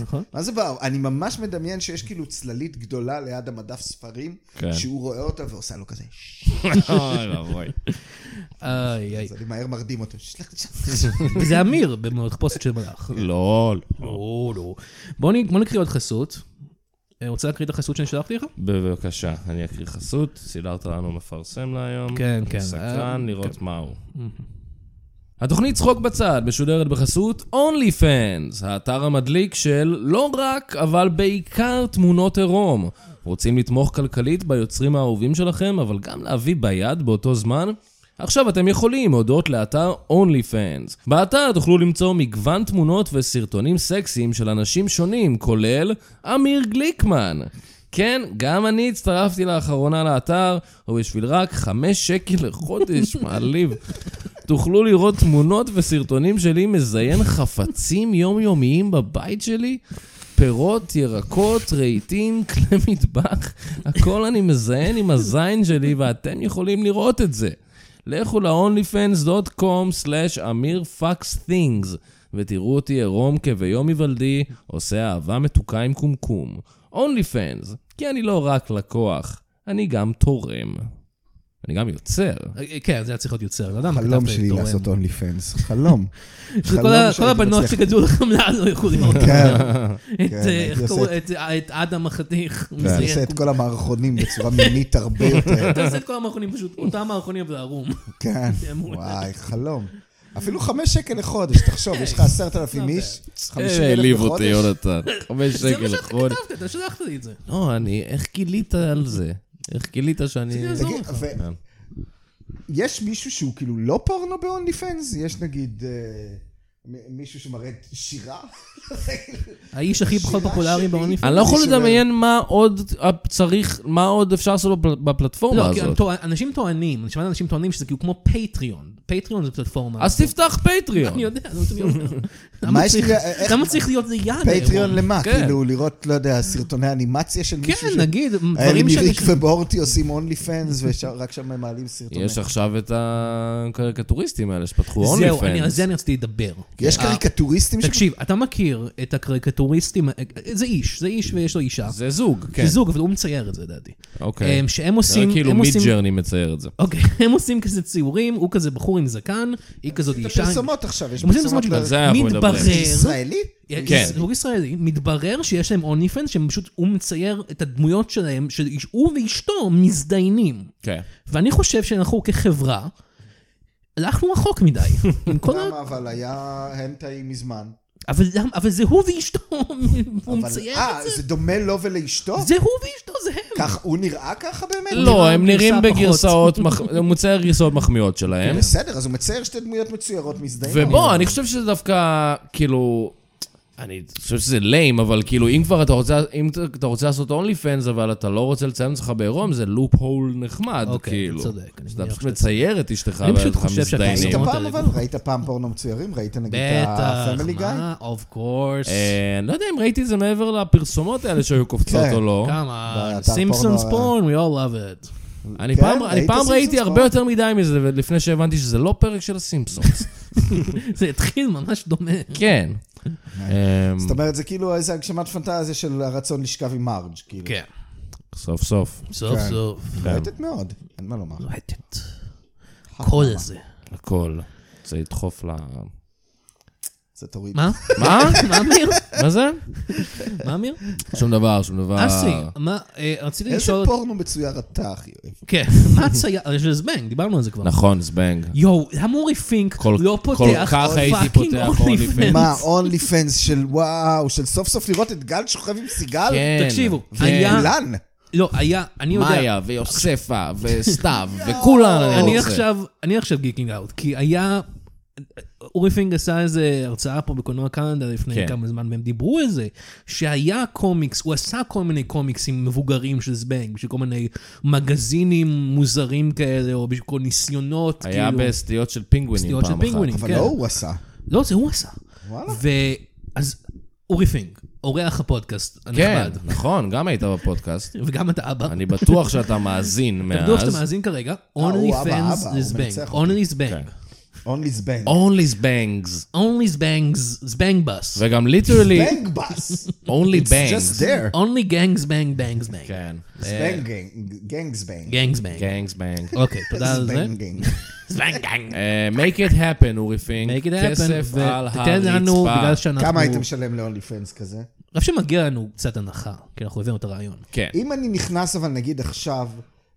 C: נכון.
D: מה זה באו? אני ממש מדמיין שיש כאילו צללית גדולה ליד המדף ספרים,
B: כן.
D: שהוא רואה אותה ועושה לו כזה, "ש-".
B: אוי ואבוי.
C: איי, איי.
D: אז אני מהר מרדים אותו. "שלח לי שם".
C: וזה אמיר במתחפושת של מלאך.
B: לא, לא.
C: לא, לא. בואו נ- בואו נקריא עוד חסות. אה, רוצה להקריא את החסות שאני שלחתי לך?
B: בבקשה, אני אקריא חסות, סידרת לנו מפרסם להיום.
C: כן, כן.
B: סקרן
C: אה,
B: לראות מה הוא. התוכנית צחוק בצד משודרת בחסות OnlyFans, האתר המדליק של לא רק, אבל בעיקר תמונות עירום. רוצים לתמוך כלכלית ביוצרים האהובים שלכם, אבל גם להביא ביד באותו זמן? עכשיו אתם יכולים הודות לאתר OnlyFans. באתר תוכלו למצוא מגוון תמונות וסרטונים סקסיים של אנשים שונים, כולל אמיר גליקמן. כן, גם אני הצטרפתי לאחרונה לאתר, ובשביל רק חמש שקל לחודש, מעליב. תוכלו לראות תמונות וסרטונים שלי מזיין חפצים יומיומיים בבית שלי? פירות, ירקות, רהיטים, כלי מטבח, הכל אני מזיין עם הזין שלי ואתם יכולים לראות את זה. לכו ל-onlyfans.com/amirfuckstings ותראו אותי עירום כביום היוולדי עושה אהבה מתוקה עם קומקום. OnlyFans, כי אני לא רק לקוח, אני גם תורם. אני גם יוצר.
C: אה, כן, זה היה צריך להיות יוצר. לא יודע מה
D: חלום
C: כתבת,
D: שלי
C: תורם.
D: לעשות אונלי פנס, חלום.
C: שכל ה-
D: חלום
C: כל
D: שהייתי
C: הבנות
D: מצליח.
C: שגדלו לחמלה לא ילכו לראות.
D: כן,
C: את,
D: כן,
C: אה,
D: הייתי
C: איך קראו-
D: עושה כן.
C: את את אדם החתיך.
D: אני
C: מזיין.
D: עושה את כל המערכונים בצורה מינית הרבה יותר.
C: אתה עושה את כל המערכונים פשוט, אותם מערכונים אבל ערום.
D: כן,
C: זה מעולה.
D: וואי, חלום. אפילו חמש שקל לחודש, תחשוב, יש לך עשרת אלפים איש,
B: אה,
D: חמישים אלף
B: העליב אותי,
D: לחודש.
B: יונתן. חמש
C: זה מה
B: שקל
C: שאתה
B: לחודש.
C: כתבת, אתה שלחת לי את זה.
B: לא, אני, איך גילית על זה? איך גילית שאני...
C: זה-
D: תגיד,
C: עזוב
D: ו-
B: כן.
D: יש מישהו שהוא כאילו לא פורנו ב-only fans? יש נגיד אה, מ- מישהו שמראה שירה?
C: האיש הכי פחות
D: שירה
C: פופולרי
D: שלי.
C: בעוני.
B: אני לא יכול
D: מישהו-
B: לדמיין מה עוד צריך, מה עוד אפשר לעשות בפל- בפלטפורמה
C: לא, כי
B: הזאת.
C: טוע- אנשים טוענים, אני שמעתי אנשים טוענים שזה כאילו כמו פטריון. פטריון זה פלטפורמה.
B: אז תפתח פטריון.
C: אני יודע, זה מה שאני אומר.
D: מה
C: למה
D: יש
C: צריך-
D: לי- אה, איך-
C: למה צריך להיות זה יעד?
D: פטריון
C: אירון?
D: למה?
B: כן.
D: כאילו לראות, לא יודע, סרטוני אנימציה של מישהו?
C: כן, נגיד, דברים
D: דברים שאני...
C: שאני...
D: אלי ובורטי עושים אונלי פנס, ורק שם הם מעלים סרטונים.
B: יש עכשיו את הקריקטוריסטים האלה שפתחו אונלי
C: זהו, אני- על
B: פנס.
C: זה אני רציתי לדבר.
D: יש
C: אה,
D: קריקטוריסטים ש...
C: תקשיב, אתה מכיר את הקריקטוריסטים, אה, זה איש, זה איש ויש לו אישה.
B: זה זוג, כן.
C: זה זוג, אבל הוא מצייר את זה, לדעתי.
B: אוקיי.
C: אמ, שהם
B: זה
C: עושים...
B: כאילו
C: הם
B: מיד
C: עושים-
B: ג'רני מצייר את זה.
C: אוקיי, הם עושים כזה ציורים, הוא כזה בחור עם זקן, היא כזאת
D: יש
C: אישה.
D: פרסומות עכשיו, יש
C: הם עושים פרסומות
D: ל-
B: על זה אנחנו מדברים.
D: זה
C: מתברר,
D: ישראלי?
B: כן.
C: זוג ישראלי, מתברר שיש להם אונלי פנס, שהם פשוט, הוא מצייר את הדמויות שלהם, שהוא ואשתו מזדיינים.
B: כן.
C: ואני חושב שאנחנו כחברה, הלכנו רחוק מדי. עם כל ה-
B: כן.
D: למה אבל היה הנטאי מזמן.
C: אבל למה- אבל זה הוא ואשתו, הוא
D: אבל-
C: מצייר
D: אה,
C: את זה.
D: זה דומה לו ולאשתו?
C: זה הוא ואשתו, זה הם.
D: כך, הוא נראה ככה באמת?
B: לא, הם
C: גרסה
B: נראים
C: פחות.
B: בגרסאות, מח- הוא מצייר גרסאות מחמיאות שלהם.
D: בסדר, אז הוא מצייר שתי דמויות מצוירות מזדיינות.
B: ובוא, אני חושב שזה דווקא, כאילו... אני חושב שזה ליים, אבל כאילו, אם כבר אתה רוצה, אם אתה רוצה לעשות אונלי פנס, אבל אתה לא רוצה לציין את עצמך בעירום, זה לופ הול נחמד,
C: אוקיי, אתה
B: כאילו.
C: צודק, אני
B: שאתה
C: מניח
B: פשוט
C: שאתה
B: מצייר את אשתך
C: אני פשוט
B: ואתה
C: חושב שאתה
B: מזדיינים.
D: ראית
C: פרסומות
D: פעם
C: האלה.
D: אבל? ראית פעם פורנו מצוירים? ראית נגיד את
C: בטח,
D: ה-Family Guy?
C: מה? אוף קורס.
B: אה, אני לא יודע אם ראיתי את זה מעבר לפרסומות האלה שהיו קופצות
D: כן.
B: או לא.
C: כמה,
D: באתר
C: סימפסונס
D: פורנו,
C: פורן, we all love it.
B: אני
D: כן,
B: פעם- אני
D: ראית
B: פעם
D: סימפסונס
B: ראיתי הרבה
D: פעם?
B: יותר מדי מזה, לפני שהבנתי שזה לא פרק של הסימפסונס.
C: זה התחיל ממש דומה.
B: כן. אמ,
D: זאת אומרת, זה כאילו איזה הגשמת פנטזיה של הרצון לשכב עם מרג' כאילו.
C: כן,
B: סוף סוף.
C: סוף
D: כן.
C: סוף.
D: רהיטת מאוד, אין מה לומר.
C: לוהטת.
D: אה,
C: קול הזה.
B: הכל. זה ידחוף ל...
D: זה תוריד.
C: מה?
B: מה?
C: מה אמיר?
B: מה זה?
C: מה אמיר?
B: שום דבר, שום דבר.
C: אסי, מה, אה, רציתי
D: איזה
C: לשאול...
D: פורנו מצויר אתה הכי אוהב.
C: כן, מה הצייר? זה זבנג, דיברנו על זה כבר.
B: נכון, זבנג.
C: יואו, למה אורי פינק
B: כל-
C: לא
B: כל
C: פותח
B: כך הייתי
C: פאקינג
B: פותח
C: אונלי
B: OnlyFans.
C: פנס?
D: מה, אונלי פנס של וואו, של סוף סוף לראות את גל שוכב עם סיגל?
B: כן.
C: תקשיבו,
B: כן.
C: היה-
D: אילן.
C: לא, היה, אני יודע...
B: מאיה ויוספה וסתיו וכולם
C: אני
B: אני רוצה.
C: עכשיו, אני עכשיו גיקינג אאוט, כי היה... אורי פינג עשה איזה הרצאה פה בקולנוע קנדה לפני
B: כן.
C: כמה זמן, והם דיברו על זה, שהיה קומיקס, הוא עשה כל מיני קומיקסים מבוגרים של זבנג, בשביל כל מיני מגזינים מוזרים כאלה, או בשביל כל ניסיונות,
B: היה
C: כאילו...
B: בסטיות של פינגווינים פעם
C: סטיות
B: אחת.
C: של פינגווינים.
D: אבל
C: כן.
D: לא הוא עשה.
C: לא, זה הוא עשה.
D: וואלה.
C: ואז אורי פינג, אורח הפודקאסט
B: כן,
C: הנכבד,
B: נכון, גם היית בפודקאסט.
C: וגם אתה אבא.
B: אני בטוח שאתה מאזין
C: אתה בטוח שאתה
B: מאז.
C: מאזין כרגע,
D: אה, הוא
C: only
D: אבא, אבא,
C: fans
D: הוא
C: is
D: מנצח
C: bang,
D: אותי.
C: only is
B: כן.
C: bang,
D: אונלי זבנג.
B: Only זבנגס.
C: only is bangs, is bang bus,
B: וגם ליטרלי,
D: זבנג בס.
B: only
D: Just
B: bangs.
D: there.
C: only gangs bang bangs bang,
B: כן.
D: זבנג גנג זבנג.
C: gangs bang.
B: גנגס בנג.
C: אוקיי, תודה על זה. Bang, gang.
B: Uh, make it happen, אורי פינק.
C: make it
B: כסף
C: happen,
B: על
C: ותתן לנו,
B: הרצפה.
C: בגלל שאנחנו...
D: כמה היית משלם לאונלי פנס כזה?
C: אני חושב שמגיע לנו קצת הנחה, כי אנחנו הבאנו את הרעיון.
B: כן.
D: אם אני נכנס אבל נגיד עכשיו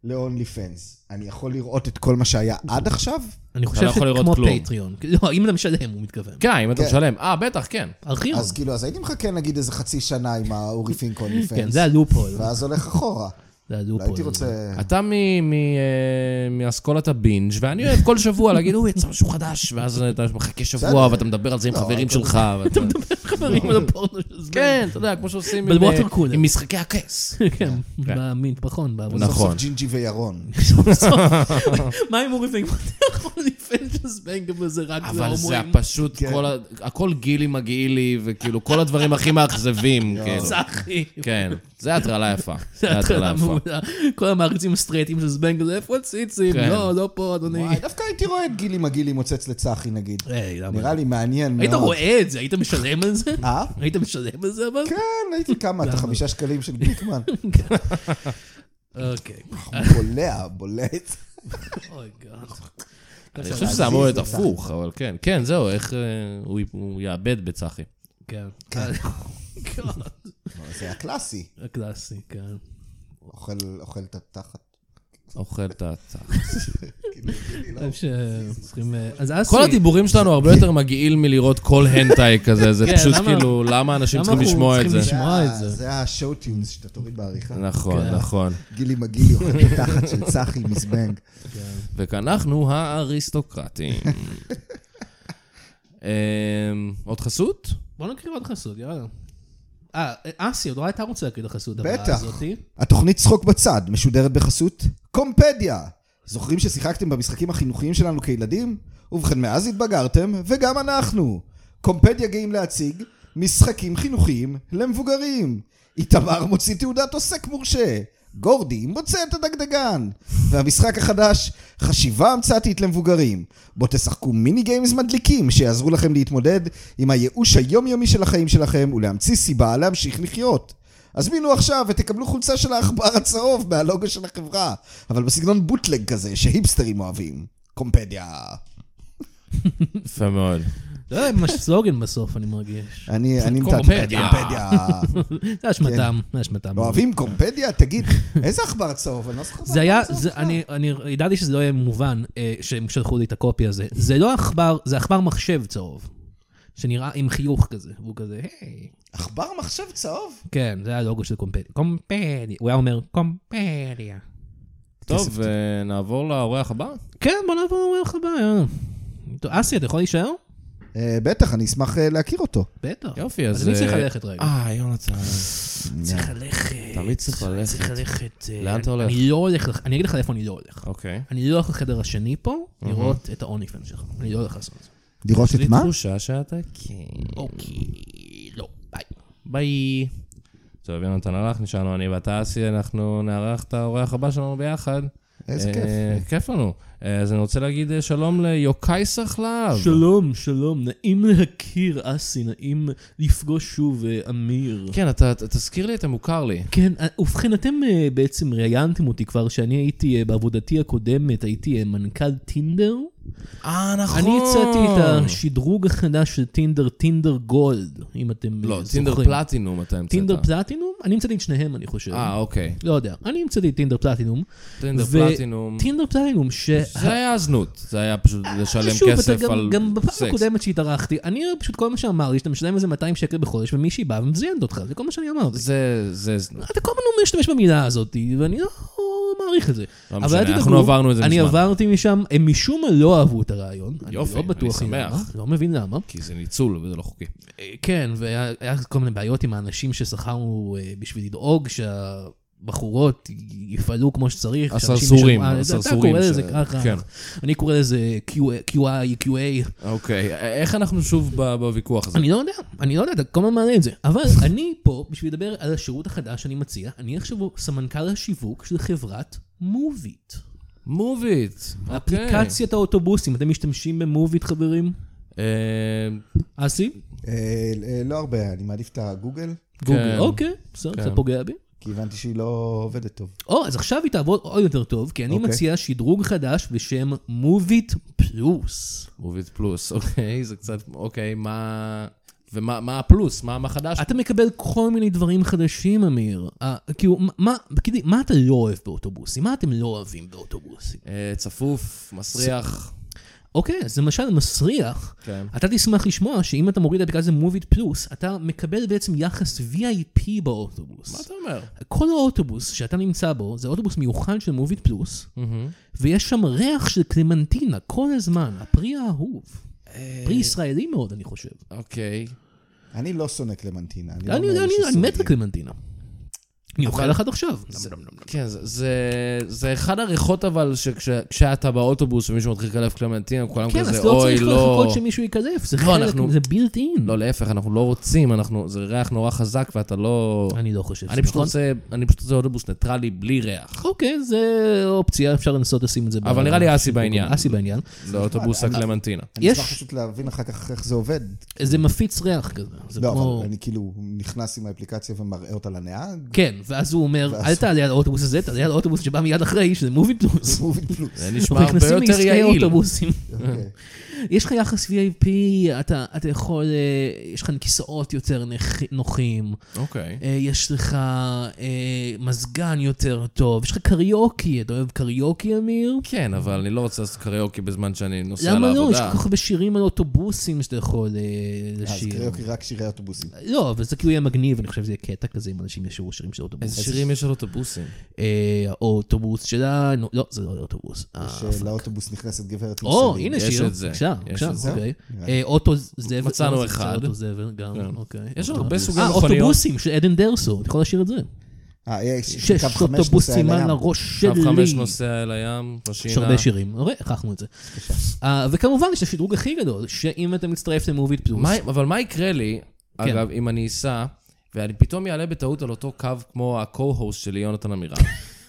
D: לאונלי פנס, אני יכול לראות את כל מה שהיה עד עכשיו?
C: אני חושב
B: לא יכול לראות
C: שכמו
B: כלום.
C: פטריון. לא, אם אתה משלם, הוא מתכוון.
B: כן, אם אתה
D: כן.
B: משלם. אה, בטח, כן.
C: ארכיון.
D: אז כאילו, אז הייתי מחכה נגיד איזה חצי שנה עם האורי פינק אונלי פנס.
C: כן, זה הלופול.
D: ואז הולך אחורה.
C: זה
D: לא
C: הלופול.
D: הייתי רוצה...
B: אתה מ- מ- אה, מאסכולת הבינג', ואני אוהב כל שבוע להגיד, אוי, יצא משהו חדש, ואז אתה מחכה שבוע,
D: בסדר.
B: ואתה מדבר על זה עם
D: לא,
B: חברים
D: אתה-
B: שלך. ואתה-
C: חברים על הפורנו של זמן.
B: כן, אתה יודע, כמו שעושים עם,
C: בוואטר
B: אה,
C: קולר.
B: עם משחקי הכס.
C: כן, במטבחון, בעבודה.
D: סוף
B: נכון.
D: סוף ג'ינג'י וירון.
C: סוף סוף. מה אם אורי פינק פותח אונלי פנטס בנגבל זה רק
B: אבל זה
C: ההומואים.
B: פשוט,
D: כן.
B: כל ה- הכל גילי מגעילי, וכאילו, כל הדברים הכי מאכזבים, כאילו.
C: צחי.
B: כן, זה הטרלה יפה. זה
C: זה
B: הטרלה
C: התחלה
B: יפה.
C: מעולה. כל המעריצים הסטרייטים של זבנגל, איפה הציצים?
B: כן.
C: לא, לא פה, אדוני.
D: וואי, דווקא הייתי רואה את גילי מגילי מוצץ לצחי, נגיד.
C: היי, למה?
D: נראה לי מעניין מאוד.
C: אה, היית רואה את זה, היית משלם על זה?
D: אה?
C: היית משלם על זה אבל?
D: כן, הייתי כמה, את החמישה שקלים של גליקמן.
C: אוקיי.
D: בולע, בולע את זה.
C: אוי גאד.
B: אני חושב שזה אמור להיות הפוך, אבל כן. כן, זהו, איך אה, הוא- הוא יאבד בצחי.
C: כן. גאד.
D: זה הקלאסי.
C: הקלאסי, כן.
D: אוכל אוכל את התחת.
B: אוכל את הצחי.
D: כאילו, גילי, לא.
C: אני חושב שצריכים... אה, אז אסי,
B: כל הדיבורים שלנו הרבה יותר מגעיל מלראות כל הנטאי כזה, זה
C: כן,
B: פשוט
C: למה-
B: כאילו, למה אנשים
C: למה
B: צריכים
C: אנחנו
B: לשמוע את
C: צריכים
B: זה?
C: לשמוע? שמוע את
D: ה-
C: זה.
D: זה השואו טיונס שאתה תוריד בעריכה.
B: נכון,
C: כן.
B: נכון.
D: גילי מגילי אוכל את התחת של צחי מזבנג.
C: כן.
B: וכאנחנו האריסטוקרטים. אמ, עוד חסות?
C: בוא נקריא עוד חסות, יאללה. אה, אסי, עוד לא הייתה רוצה להקריא את החסות הבאה
D: בטח.
C: הזאתי.
D: התוכנית צחוק בצד משודרת בחסות קומפדיה. זוכרים ששיחקתם במשחקים החינוכיים שלנו כילדים? ובכן, מאז התבגרתם, וגם אנחנו. קומפדיה גאים להציג משחקים חינוכיים למבוגרים. איתמר מוציא תעודת עוסק מורשה. גורדי מוצא את הדגדגן. והמשחק החדש, חשיבה המצאתית למבוגרים. בו תשחקו מיני גיימס מדליקים שיעזרו לכם להתמודד עם הייאוש היומיומי של החיים שלכם ולהמציא סיבה להמשיך לחיות. הזמינו עכשיו ותקבלו חולצה של העכבר הצהוב מהלוגו של החברה, אבל בסגנון בוטלג כזה שהיפסטרים אוהבים. קומפדיה.
B: יפה מאוד.
C: לא יודע, ממש סלוגן בסוף, אני מרגיש.
D: אני אני מתעד-
B: קומפדיה.
D: קומפדיה.
C: זה אשמתם, זה אשמתם.
D: אוהבים קומפדיה? תגיד, איזה עכבר צהוב? אני לא זוכר.
C: זה היה,
D: עכבר צהוב
C: זה-
D: בכלל.
C: אני אני- ידעתי שזה לא יהיה מובן אה, שהם שלחו לי את הקופי הזה. זה לא עכבר, זה עכבר מחשב צהוב. שנראה עם חיוך כזה, והוא כזה, היי.
D: עכבר מחשב צהוב?
C: כן, זה היה הלוגו של קומפדיה. קומפדיה. הוא היה אומר, קומפדיה.
B: טוב, אה, נעבור לאורח הבא?
C: כן, בוא נעבור לאורח הבא, יאללה. טוב, אסי, אתה יכול להישאר?
D: אה, בטח, אני אשמח אה, להכיר אותו.
C: בטח.
B: יופי, אז...
C: אז אני צריך
B: אה,
C: ללכת רגע.
B: אה, יונתן,
C: צריך ללכת.
B: תמיד צריך ללכת.
C: צריך ללכת. אה,
B: לאן אתה הולך?
C: אני לא הולך, לח- אני אגיד לך איפה אני לא הולך.
B: אוקיי.
C: אני לא הולך לחדר השני פה, לראות את האוני פן שלך. אני לא הולך לעשות את זה.
D: לראות
B: יש לי
D: את מה?
B: תחושה שאתה כן.
C: אוקיי, לא, ביי.
B: ביי. טוב, יונתן הלך, נשארנו אני ואתה אסי, אנחנו נארח את האורח הבא שלנו ביחד.
D: איזה
B: אה,
D: כיף.
B: כיף לנו. אה, אז אני רוצה להגיד אה, שלום ליוקאי סחלב.
C: שלום, שלום, נעים להכיר, אסי, נעים לפגוש שוב, אה, אמיר.
B: כן, אתה אתה- תזכיר לי, אתה מוכר לי.
C: כן, אה, ובכן, אתם אה, בעצם ראיינתם אותי כבר, שאני הייתי, אה, בעבודתי הקודמת, הייתי אה, מנכ"ל טינדר.
B: אה, נכון.
C: אני הצעתי את השדרוג החדש של טינדר, טינדר גולד, אם אתם אה,
B: לא,
C: זוכרים.
B: טינדר פלטינום אתה המצאת.
C: טינדר פלטינום? אני המצאתי את שניהם, אני חושב.
B: אה, אוקיי.
C: לא יודע. אני המצאתי את טינדר פלטינום.
B: טינדר
C: ו-
B: פלטינום.
C: טינדר פלטינום, ש...
B: זה היה הזנות, זה היה פשוט לשלם
C: אה, שוב, אתה
B: כסף
C: גם-
B: על
C: גם בפעם
B: סקס.
C: הקודמת שהתארחתי, אני פשוט כל מה שאמר לי, שאתה משלם איזה 200 שקל בחודש, ומישהי באה ומציינת אותך, זה כל מה שאני אמרתי.
B: זה זה זנות.
C: אתה כל הזמן משתמש במילה הזאת, ואני לא מעריך את זה.
B: לא
C: אבל
B: משנה,
C: אל תדאגו,
B: אנחנו עברנו את זה
C: אני
B: מזמן.
C: עברתי משם, הם משום מה לא אהבו את הרעיון.
B: יופי,
C: אני לא בטוח
B: אני
C: למה,
B: שמח.
C: לא מבין למה.
B: כי זה ניצול וזה לא חוקי.
C: אה, כן, והיה היה כל מיני בעיות עם האנשים ששכרנו אה, בשביל לדאוג שהבחורות י- יפעלו כמו שצריך. שאנשים
B: הסרסורים,
C: ישמעו- אה, זה-
B: הסרסורים
C: אתה קורא
B: ש-
C: לזה ככה.
B: כן.
C: אני קורא לזה QA, QI, QA.
B: אוקיי, איך אנחנו שוב ב- בוויכוח הזה?
C: אני לא יודע, אני לא יודע, אתה כל הזמן מעלה את זה. אבל אני פה בשביל לדבר על השירות החדש שאני מציע. אני עכשיו סמנכ"ל השיווק של חברת מוביט.
B: מוביט. אוקיי.
C: אפליקציית האוטובוסים, אתם משתמשים במוביט, חברים? אסי?
D: אה, אה, לא הרבה, אני מעדיף את הגוגל,
C: גוגל. אוקיי, בסדר, זה
B: כן.
C: פוגע בי.
D: כי הבנתי שהיא לא עובדת טוב.
C: או, אז עכשיו היא תעבוד עוד יותר טוב, כי אני
D: אוקיי.
C: מציע שדרוג חדש בשם מוביט פלוס.
B: מוביט פלוס, אוקיי, זה קצת, אוקיי, מה... ומה מה הפלוס? מה מה חדש?
C: אתה מקבל כל מיני דברים חדשים, אמיר. אה, כאילו, מה- מה, כאילו, מה אתה לא אוהב באוטובוסים? מה אתם לא אוהבים באוטובוסים?
B: אה, צפוף, מסריח.
C: אוקיי, אז למשל מסריח,
B: כן.
C: אתה תשמח לשמוע שאם אתה מוריד אפליקציה מוביט פלוס, אתה מקבל בעצם יחס VIP באוטובוס.
B: מה אתה אומר?
C: כל האוטובוס שאתה נמצא בו, זה אוטובוס מיוחד של מוביט פלוס,
B: Mm.
C: ויש שם ריח של קלמנטינה כל הזמן, הפרי האהוב.
B: אה,
C: פרי ישראלי מאוד, אני חושב.
B: אוקיי.
D: אני לא שונא קלמנטינה.
C: אני
D: לא
C: יודע,
D: מאלה
C: אני אני מת
D: ששונאים.
C: לקלמנטינה. אני אוכל אחד עכשיו.
B: כן, זה- זה- זה אחד הריחות אבל שכשאתה באוטובוס ומישהו מתחיל לקלף קלמנטינה, כולם
C: כן,
B: כזה,
C: אז לא
B: אוקיי, אוי,
C: צריך
B: לא.
C: לחכות שמישהו ייכזף, זה
B: לא,
C: חלק,
B: אנחנו-
C: זה built in.
B: לא, להפך, אנחנו לא רוצים, אנחנו, זה ריח נורא חזק ואתה לא...
C: אני לא חושב
B: אני פשוט רוצה, אני פשוט רוצה אוטובוס ניטרלי בלי ריח.
C: אוקיי, זה אופציה, אפשר לנסות לשים את זה.
B: אבל
C: ב-
B: נראה לי אסי בעניין.
C: אסי בעניין.
B: לאוטובוס הקלמנטינה.
D: אני
C: יש-
D: אשמח פשוט להבין אחר כך איך זה עובד.
C: זה מפיץ ריח כזה. זה
D: לא,
C: כמו...
D: אבל אני כאילו נכנס עם האפליקציה ומראה אותה לנהג.
C: כן, ואז הוא אומר, אל תעלה על האוטובוס הזה, תעלה על האוטובוס שבא מיד אחרי, שזה מובי פלוס.
D: מוביל פלוס.
B: זה נשמע הרבה יותר
C: לעסקי
B: יעיל.
C: אוטובוסים.
D: אוקיי.
C: יש לך יחס VIP, אתה, אתה יכול, אה, יש לך כיסאות יותר נכ- נוחים,
B: אוקיי.
C: אה, יש לך אה, מזגן יותר טוב, יש לך קריוקי, אתה אוהב קריוקי, אמיר?
B: כן, אבל אני לא רוצה לעשות קריוקי בזמן שאני נוסע
C: למה לא? יש
B: לעבודה.
C: כל כך הרבה שירים על אוטובוסים שאתה יכול אה,
D: אז
C: לשיר.
D: קריוקי רק שירי אוטובוסים.
C: לא, אבל זה כאילו יהיה מגניב, אני חושב שזה יהיה קטע כזה אם אנשים ישירו שירים של
B: איזה
C: אוטובוס.
B: שירים יש על אוטובוסים?
C: אה, האוטובוס שלנו, לא, זה לא אוטובוס. אה,
D: שלאוטובוס נכנסת גברת עם
C: או,
D: סלים.
C: הנה
B: יש
C: שיר,
B: את זה,
C: בבקשה,
B: יש
C: בבקשה,
B: את זה.
C: אוקיי.
D: נראה
C: אה, אוטו זבל.
B: מצאנו
C: לא, זה
B: אחד. כן.
C: אוטו זבל גם, אוקיי.
B: יש
C: אוטו-
B: הרבה סוגי
C: אה,
B: מכוניות.
C: אוטובוסים של עדן דרסו, אתה יכול לשיר את זה.
D: אה, יש
C: שש
D: קו חמש
C: אוטובוסים
D: נוסע
C: על
D: לים.
C: הראש
B: קו
C: שלי.
B: חמש נוסע אל הים, בשינה.
C: יש הרבה שירים, הרי, הכחנו את זה. אה, וכמובן, יש את השדרוג הכי גדול, שאם אתה מצטרף למוביט פלוס,
B: מה- אבל מה יקרה לי,
C: כן.
B: אגב, אם אני אסע, ואני פתאום אעלה בטעות על אותו קו כמו הקו-הוסט שלי, יונתן עמירן,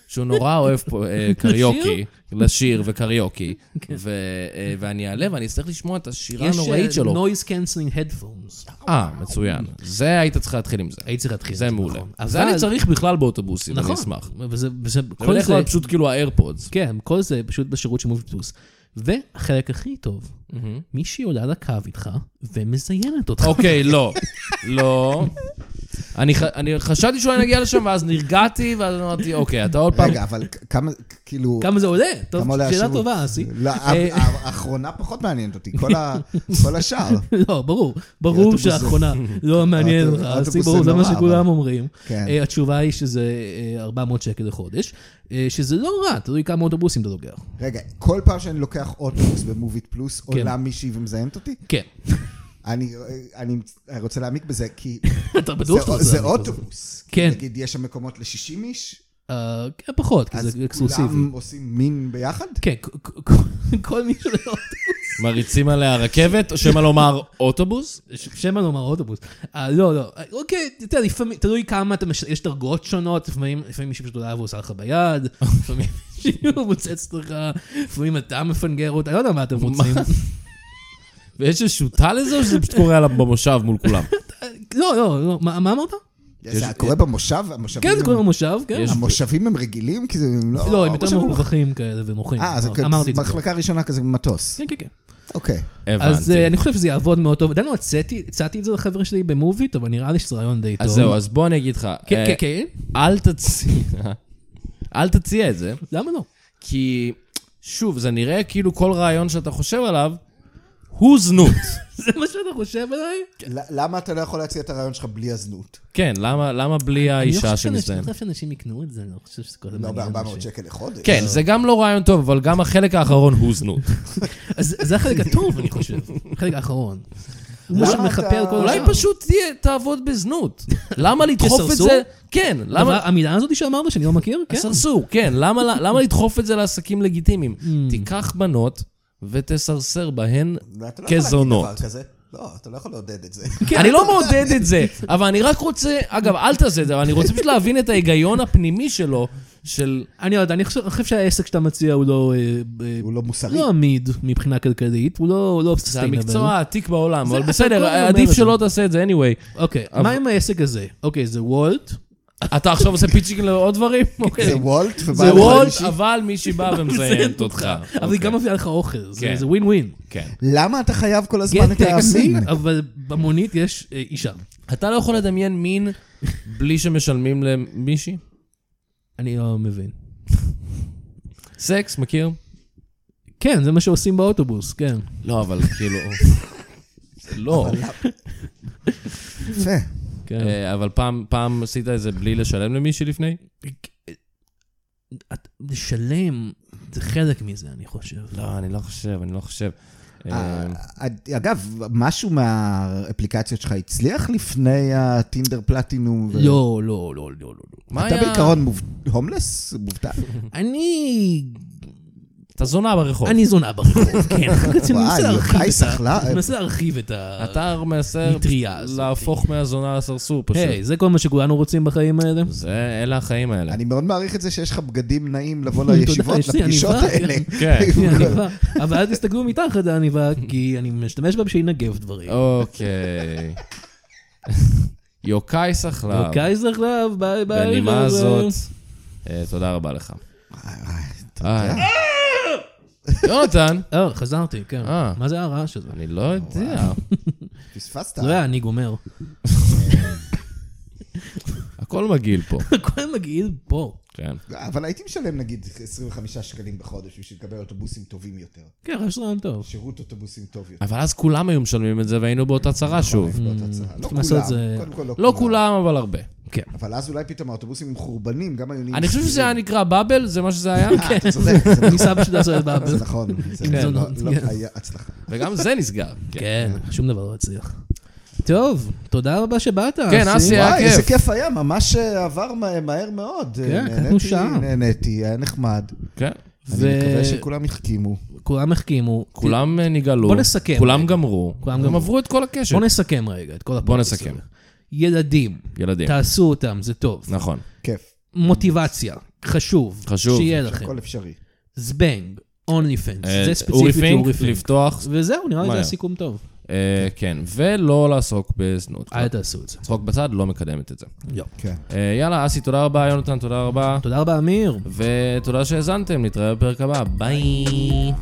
B: שהוא נורא אוהב פה, אה, קריוקי, לשיר וקריוקי, ו- אה, ואני אעלה ואני אצטרך לשמוע את השירה
C: כן. יש אה,
B: הנוראית שלו.
C: נויז קנסלינג הדפונס.
B: אה, מצוין. זה היית צריך להתחיל עם זה.
C: הייתי צריך להתחיל.
B: זה
C: עם
B: מעולה.
C: נכון.
B: זה אני
C: אבל-
B: צריך בכלל באוטובוסים, אני
C: נכון.
B: אשמח.
C: וזה, וזה,
B: זה
C: כל
B: בדרך
C: זה,
B: כלל פשוט כאילו האיירפודס.
C: כן, כל זה פשוט בשירות של מוביט פלוס. והחלק הכי טוב, מישהי עולה לקו איתך ומזיינת אותך.
B: אוקיי, לא. לא. אני ח- אני חשבתי שאולי נגיע לשם, ואז נרגעתי, ואז אמרתי, אוקיי, אתה עוד פעם...
D: רגע, אבל כ- כמה, כ- כאילו...
C: כמה זה עולה? טוב,
D: כמה עולה
C: שאלה
D: השירות?
C: טובה, אסי.
D: לא,
C: אה,
D: הא- האחרונה פחות מעניינת אותי, כל ה- כל השאר.
C: לא, ברור, ברור
D: אוטובוס זה-
C: שהאחרונה לא מעניין
D: האוטו-
C: אותך,
D: האוטובוס
C: אסי,
D: זה
C: ברור, זה מה
D: נורא,
C: שכולם
D: אבל-
C: אומרים.
D: כן.
C: אה, התשובה היא שזה אה, 400 שקל לחודש, אה, שזה לא רע, תלוי כמה אוטובוסים אתה לוקח.
D: רגע, כל פעם שאני לוקח אוטובוס במוביט פלוס, עולה מישהי ומזיינת אותי?
C: כן,
D: אני אני רוצה להעמיק בזה, כי
C: אתה
D: זה-
C: בטוח רוצה
D: זה
C: להעמיק בזה.
D: אוטובוס.
C: כן.
D: נגיד, יש שם מקומות ל-60 איש,
C: אה, כן, פחות, כי
D: אז
C: זה אקסקלוסיבי.
D: כולם עושים מין ביחד?
C: כן, כ- כ- כ- כל מי שעולה לאוטובוס,
B: מריצים עליה רכבת, או שמא לומר אוטובוס?
C: ש- שמא לומר אוטובוס. אה, לא, לא, אה, אוקיי, אתה יודע, לפעמים, תלוי כמה, אתה מש- יש דרגות שונות, לפעמים לפעמים מישהו פשוט עולה ועושה לך ביד, לפעמים מישהו מוצץ לך, לפעמים אתה מפנגר אותה, לא יודע מה אתם רוצים.
B: ויש שותל לזה, או שזה פשוט קורה עליו במושב מול כולם?
C: אה, לא, לא, לא, מה מה אמרת?
D: זה קורה במושב? המושבים
C: כן, זה
D: הם-
C: קורה במושב, כן.
B: יש-
D: המושבים הם רגילים? כי זה לא...
C: לא, הם יותר
D: המושבים-
C: מרווחים כאלה ומוחים.
D: אה, זה כ-
C: אמרתי את זה. כבר.
D: מחלקה ראשונה כזה מטוס.
C: כן, כן, כן.
D: אוקיי.
C: אז אה,
B: הבנתי.
C: אני חושב שזה יעבוד מאוד טוב. דנו, הצעתי הצעתי את זה לחבר'ה שלי במוביט, אבל נראה לי שזה רעיון די טוב.
B: אז זהו, אז בוא אני אגיד לך.
C: כן,
B: אה,
C: כן, כן.
B: אל תציע, אל תציע את זה,
C: למה לא?
B: כי שוב, זה נראה כאילו כל רעיון שאתה חושב עליו, הוא זנות.
C: זה מה שאתה חושב עליי?
D: ל- למה אתה לא יכול להציע את הרעיון שלך בלי הזנות? כן,
B: כן, למה למה בלי האישה
C: אני
B: שמזדיינת?
C: לא חושב שאנשים יקנו את זה, אני לא חושב שזה כל
D: לא
C: מעניין
D: ב-400
C: אנשים.
D: שקל לחודש.
B: כן, זה גם לא רעיון טוב, אבל גם החלק האחרון הוא זנות.
C: אז זה החלק הטוב, אני חושב. החלק האחרון. הוא
D: למה
C: משהו מכפר
D: אתה-
C: על כל
B: אולי
C: השאר.
B: פשוט תהיה- תעבוד בזנות. למה לדחוף את
C: כסרסור?
B: זה? כן, למה...
C: דבר- המילה הזאת שאמרת שאני לא מכיר? כן.
B: סרסור, כן. למה, למה לדחוף את זה לעסקים לגיטימיים?
C: Mm.
B: תיקח בנות ותסרסר בהן
D: ואתה לא יכול להגיד
B: כזונות.
D: דבר כזה. לא, אתה לא יכול לעודד את זה.
C: כן.
B: אני לא מעודד את זה, אבל אני רק רוצה, אגב, אל תעשה את זה, אבל אני רוצה פשוט להבין את ההיגיון הפנימי שלו, של...
C: אני לא יודע, אני חושב אני חושב שהעסק שאתה מציע הוא לא... אה, אה,
D: הוא לא מוסרי.
C: לא עמיד מבחינה כלכלית, הוא לא- הוא לא
B: זה
C: ססטיינבל.
B: המקצוע העתיק בעולם,
C: זה-
B: אבל
C: אתה כל
B: בסדר, אה,
C: הזמן
B: עדיף
C: אומר
B: שלא
C: את
B: תעשה את זה anyway.
C: אוקיי,
B: אבל-
C: מה עם העסק הזה? אוקיי, זה וולט,
B: אתה עכשיו עושה פיצ'ינג לעוד דברים?
D: זה
C: כן.
B: אוקיי.
D: וולט, ובא
B: זה
D: אליך
B: וולט,
D: מישהי.
B: אבל מישהי באה ומזיינת אותך.
C: אבל היא
B: אוקיי.
C: גם מביאה לך אוכל, זה
B: כן.
C: זה ווין ווין.
B: כן.
D: למה אתה חייב כל הזמן
C: גט
D: את המין?
C: טקסי, אבל במונית יש אה, אישה.
B: אתה לא יכול לדמיין מין בלי שמשלמים למישהי?
C: אני לא מבין.
B: סקס, מכיר?
C: כן, זה מה שעושים באוטובוס, כן.
B: לא, אבל כאילו... לא,
D: יפה.
C: כן.
B: אה, אבל פעם- פעם עשית את זה בלי לשלם למישהי לפני?
C: את- לשלם זה חלק מזה, אני חושב.
B: לא, אני לא חושב, אני לא חושב.
D: אה, אגב, משהו מהאפליקציות שלך הצליח לפני הטינדר פלטינום? ו-
C: לא, לא, לא, לא, לא. לא.
B: מה
D: אתה
B: היה?
D: בעיקרון מוב- הומלס? מובטל?
C: אני...
B: אתה זונה ברחוב.
C: אני זונה ברחוב, כן. אני
D: וואי,
C: מנסה להרחיב
D: יוחאי
C: את
D: שכלה.
C: ה- אני מנסה להרחיב את ה...
B: אתה מנסה
C: מטריה הזאת.
B: להפוך מהזונה לסרסור פשוט.
C: היי, זה כל מה שכולנו רוצים בחיים האלה?
B: זה, אלה החיים האלה.
D: אני מאוד מעריך את זה שיש לך בגדים נעים לבוא
C: לא. תודה,
D: לישיבות,
C: יש לי, אני
D: לפגישות
C: בא,
D: האלה.
B: כן.
C: כן, עניבה. אבל אל תסתכלו מתחת לעניבה, כי אני משתמש בה בשביל לנגב דברים.
B: אוקיי. יוקאי סחלב.
C: קייזר לאב, אוקיי, ביי ביי.
B: בנימה
C: ביי.
B: הזאת, אה, תודה רבה לך. אה. יונתן,
C: אה, חזרתי, כן.
B: אה.
C: מה זה הרעש הזה?
B: אני לא יודע.
D: פספסת.
C: לא היה, אני גומר.
B: הכל מגעיל פה.
C: הכל מגעיל פה.
B: כן.
D: אבל הייתי משלם נגיד 25 שקלים בחודש בשביל לקבל אוטובוסים טובים יותר.
C: כן, רעש רעיון טוב.
D: שירות אוטובוסים טוב יותר.
B: אבל אז כולם היו משלמים את זה והיינו באותה צרה שוב.
D: זאת הצעה. לא
C: צריכים אה, לעשות
D: כולם,
C: זה-
D: קודם כל
B: לא כולם, אבל הרבה.
C: כן.
D: אבל אז אולי פתאום האוטובוסים עם חורבנים, גם היו נהיים...
B: אני חושב שזה היה נקרא באבל, זה מה שזה היה,
C: כן.
D: אה, אתה צודק, זה נכון,
C: ניסה פשוט לעשות את באבל.
D: זה נכון. זה
C: עם
D: לא-
C: זונות,
D: לא
C: כן.
D: היה הצלחה.
B: וגם זה נסגר. כן.
C: כן, שום דבר לא הצליח. טוב, תודה רבה שבאת.
B: כן, אסי היה
D: וואי, איזה
B: כיף.
D: כיף היה, ממש אה, עבר מה- מהר מאוד. אה,
C: קחנו
D: נהניתי,
C: כן, שעה.
D: נהניתי, היה נחמד.
B: כן.
D: אני מקווה שכולם יחכימו.
C: וכולם החכימו.
B: כולם אה, נגאלו.
C: בוא נסכם.
B: כולם גמרו.
C: כולם
B: הם
C: גמרו.
B: עברו את כל הקשת.
C: בוא נסכם רגע את כל הפרק.
B: בוא נסכם.
C: הזה. ילדים,
B: ילדים.
C: תעשו אותם, זה טוב.
B: נכון.
D: כיף,
C: מוטיבציה, חשוב.
B: חשוב.
C: שיהיה לכם.
D: הכל אפשרי.
C: זבנג, אונלי פנס.
B: אה,
C: זה ספציפית אורי פינק.
B: לפתוח.
C: וזהו, נראה לי
B: מה
C: זה
B: היה?
C: הסיכום טוב.
B: אה, כן. ולא לעסוק בזנות.
C: אל תעשו את זה.
B: צחוק בצד, לא מקדמת את זה.
C: לא.
D: כן.
B: אה, יאללה, אסי, תודה רבה, יונתן, תודה רבה.
C: תודה רבה, אמיר.
B: ותודה שהאזנתם, נתראה בפרק הבא, ביי.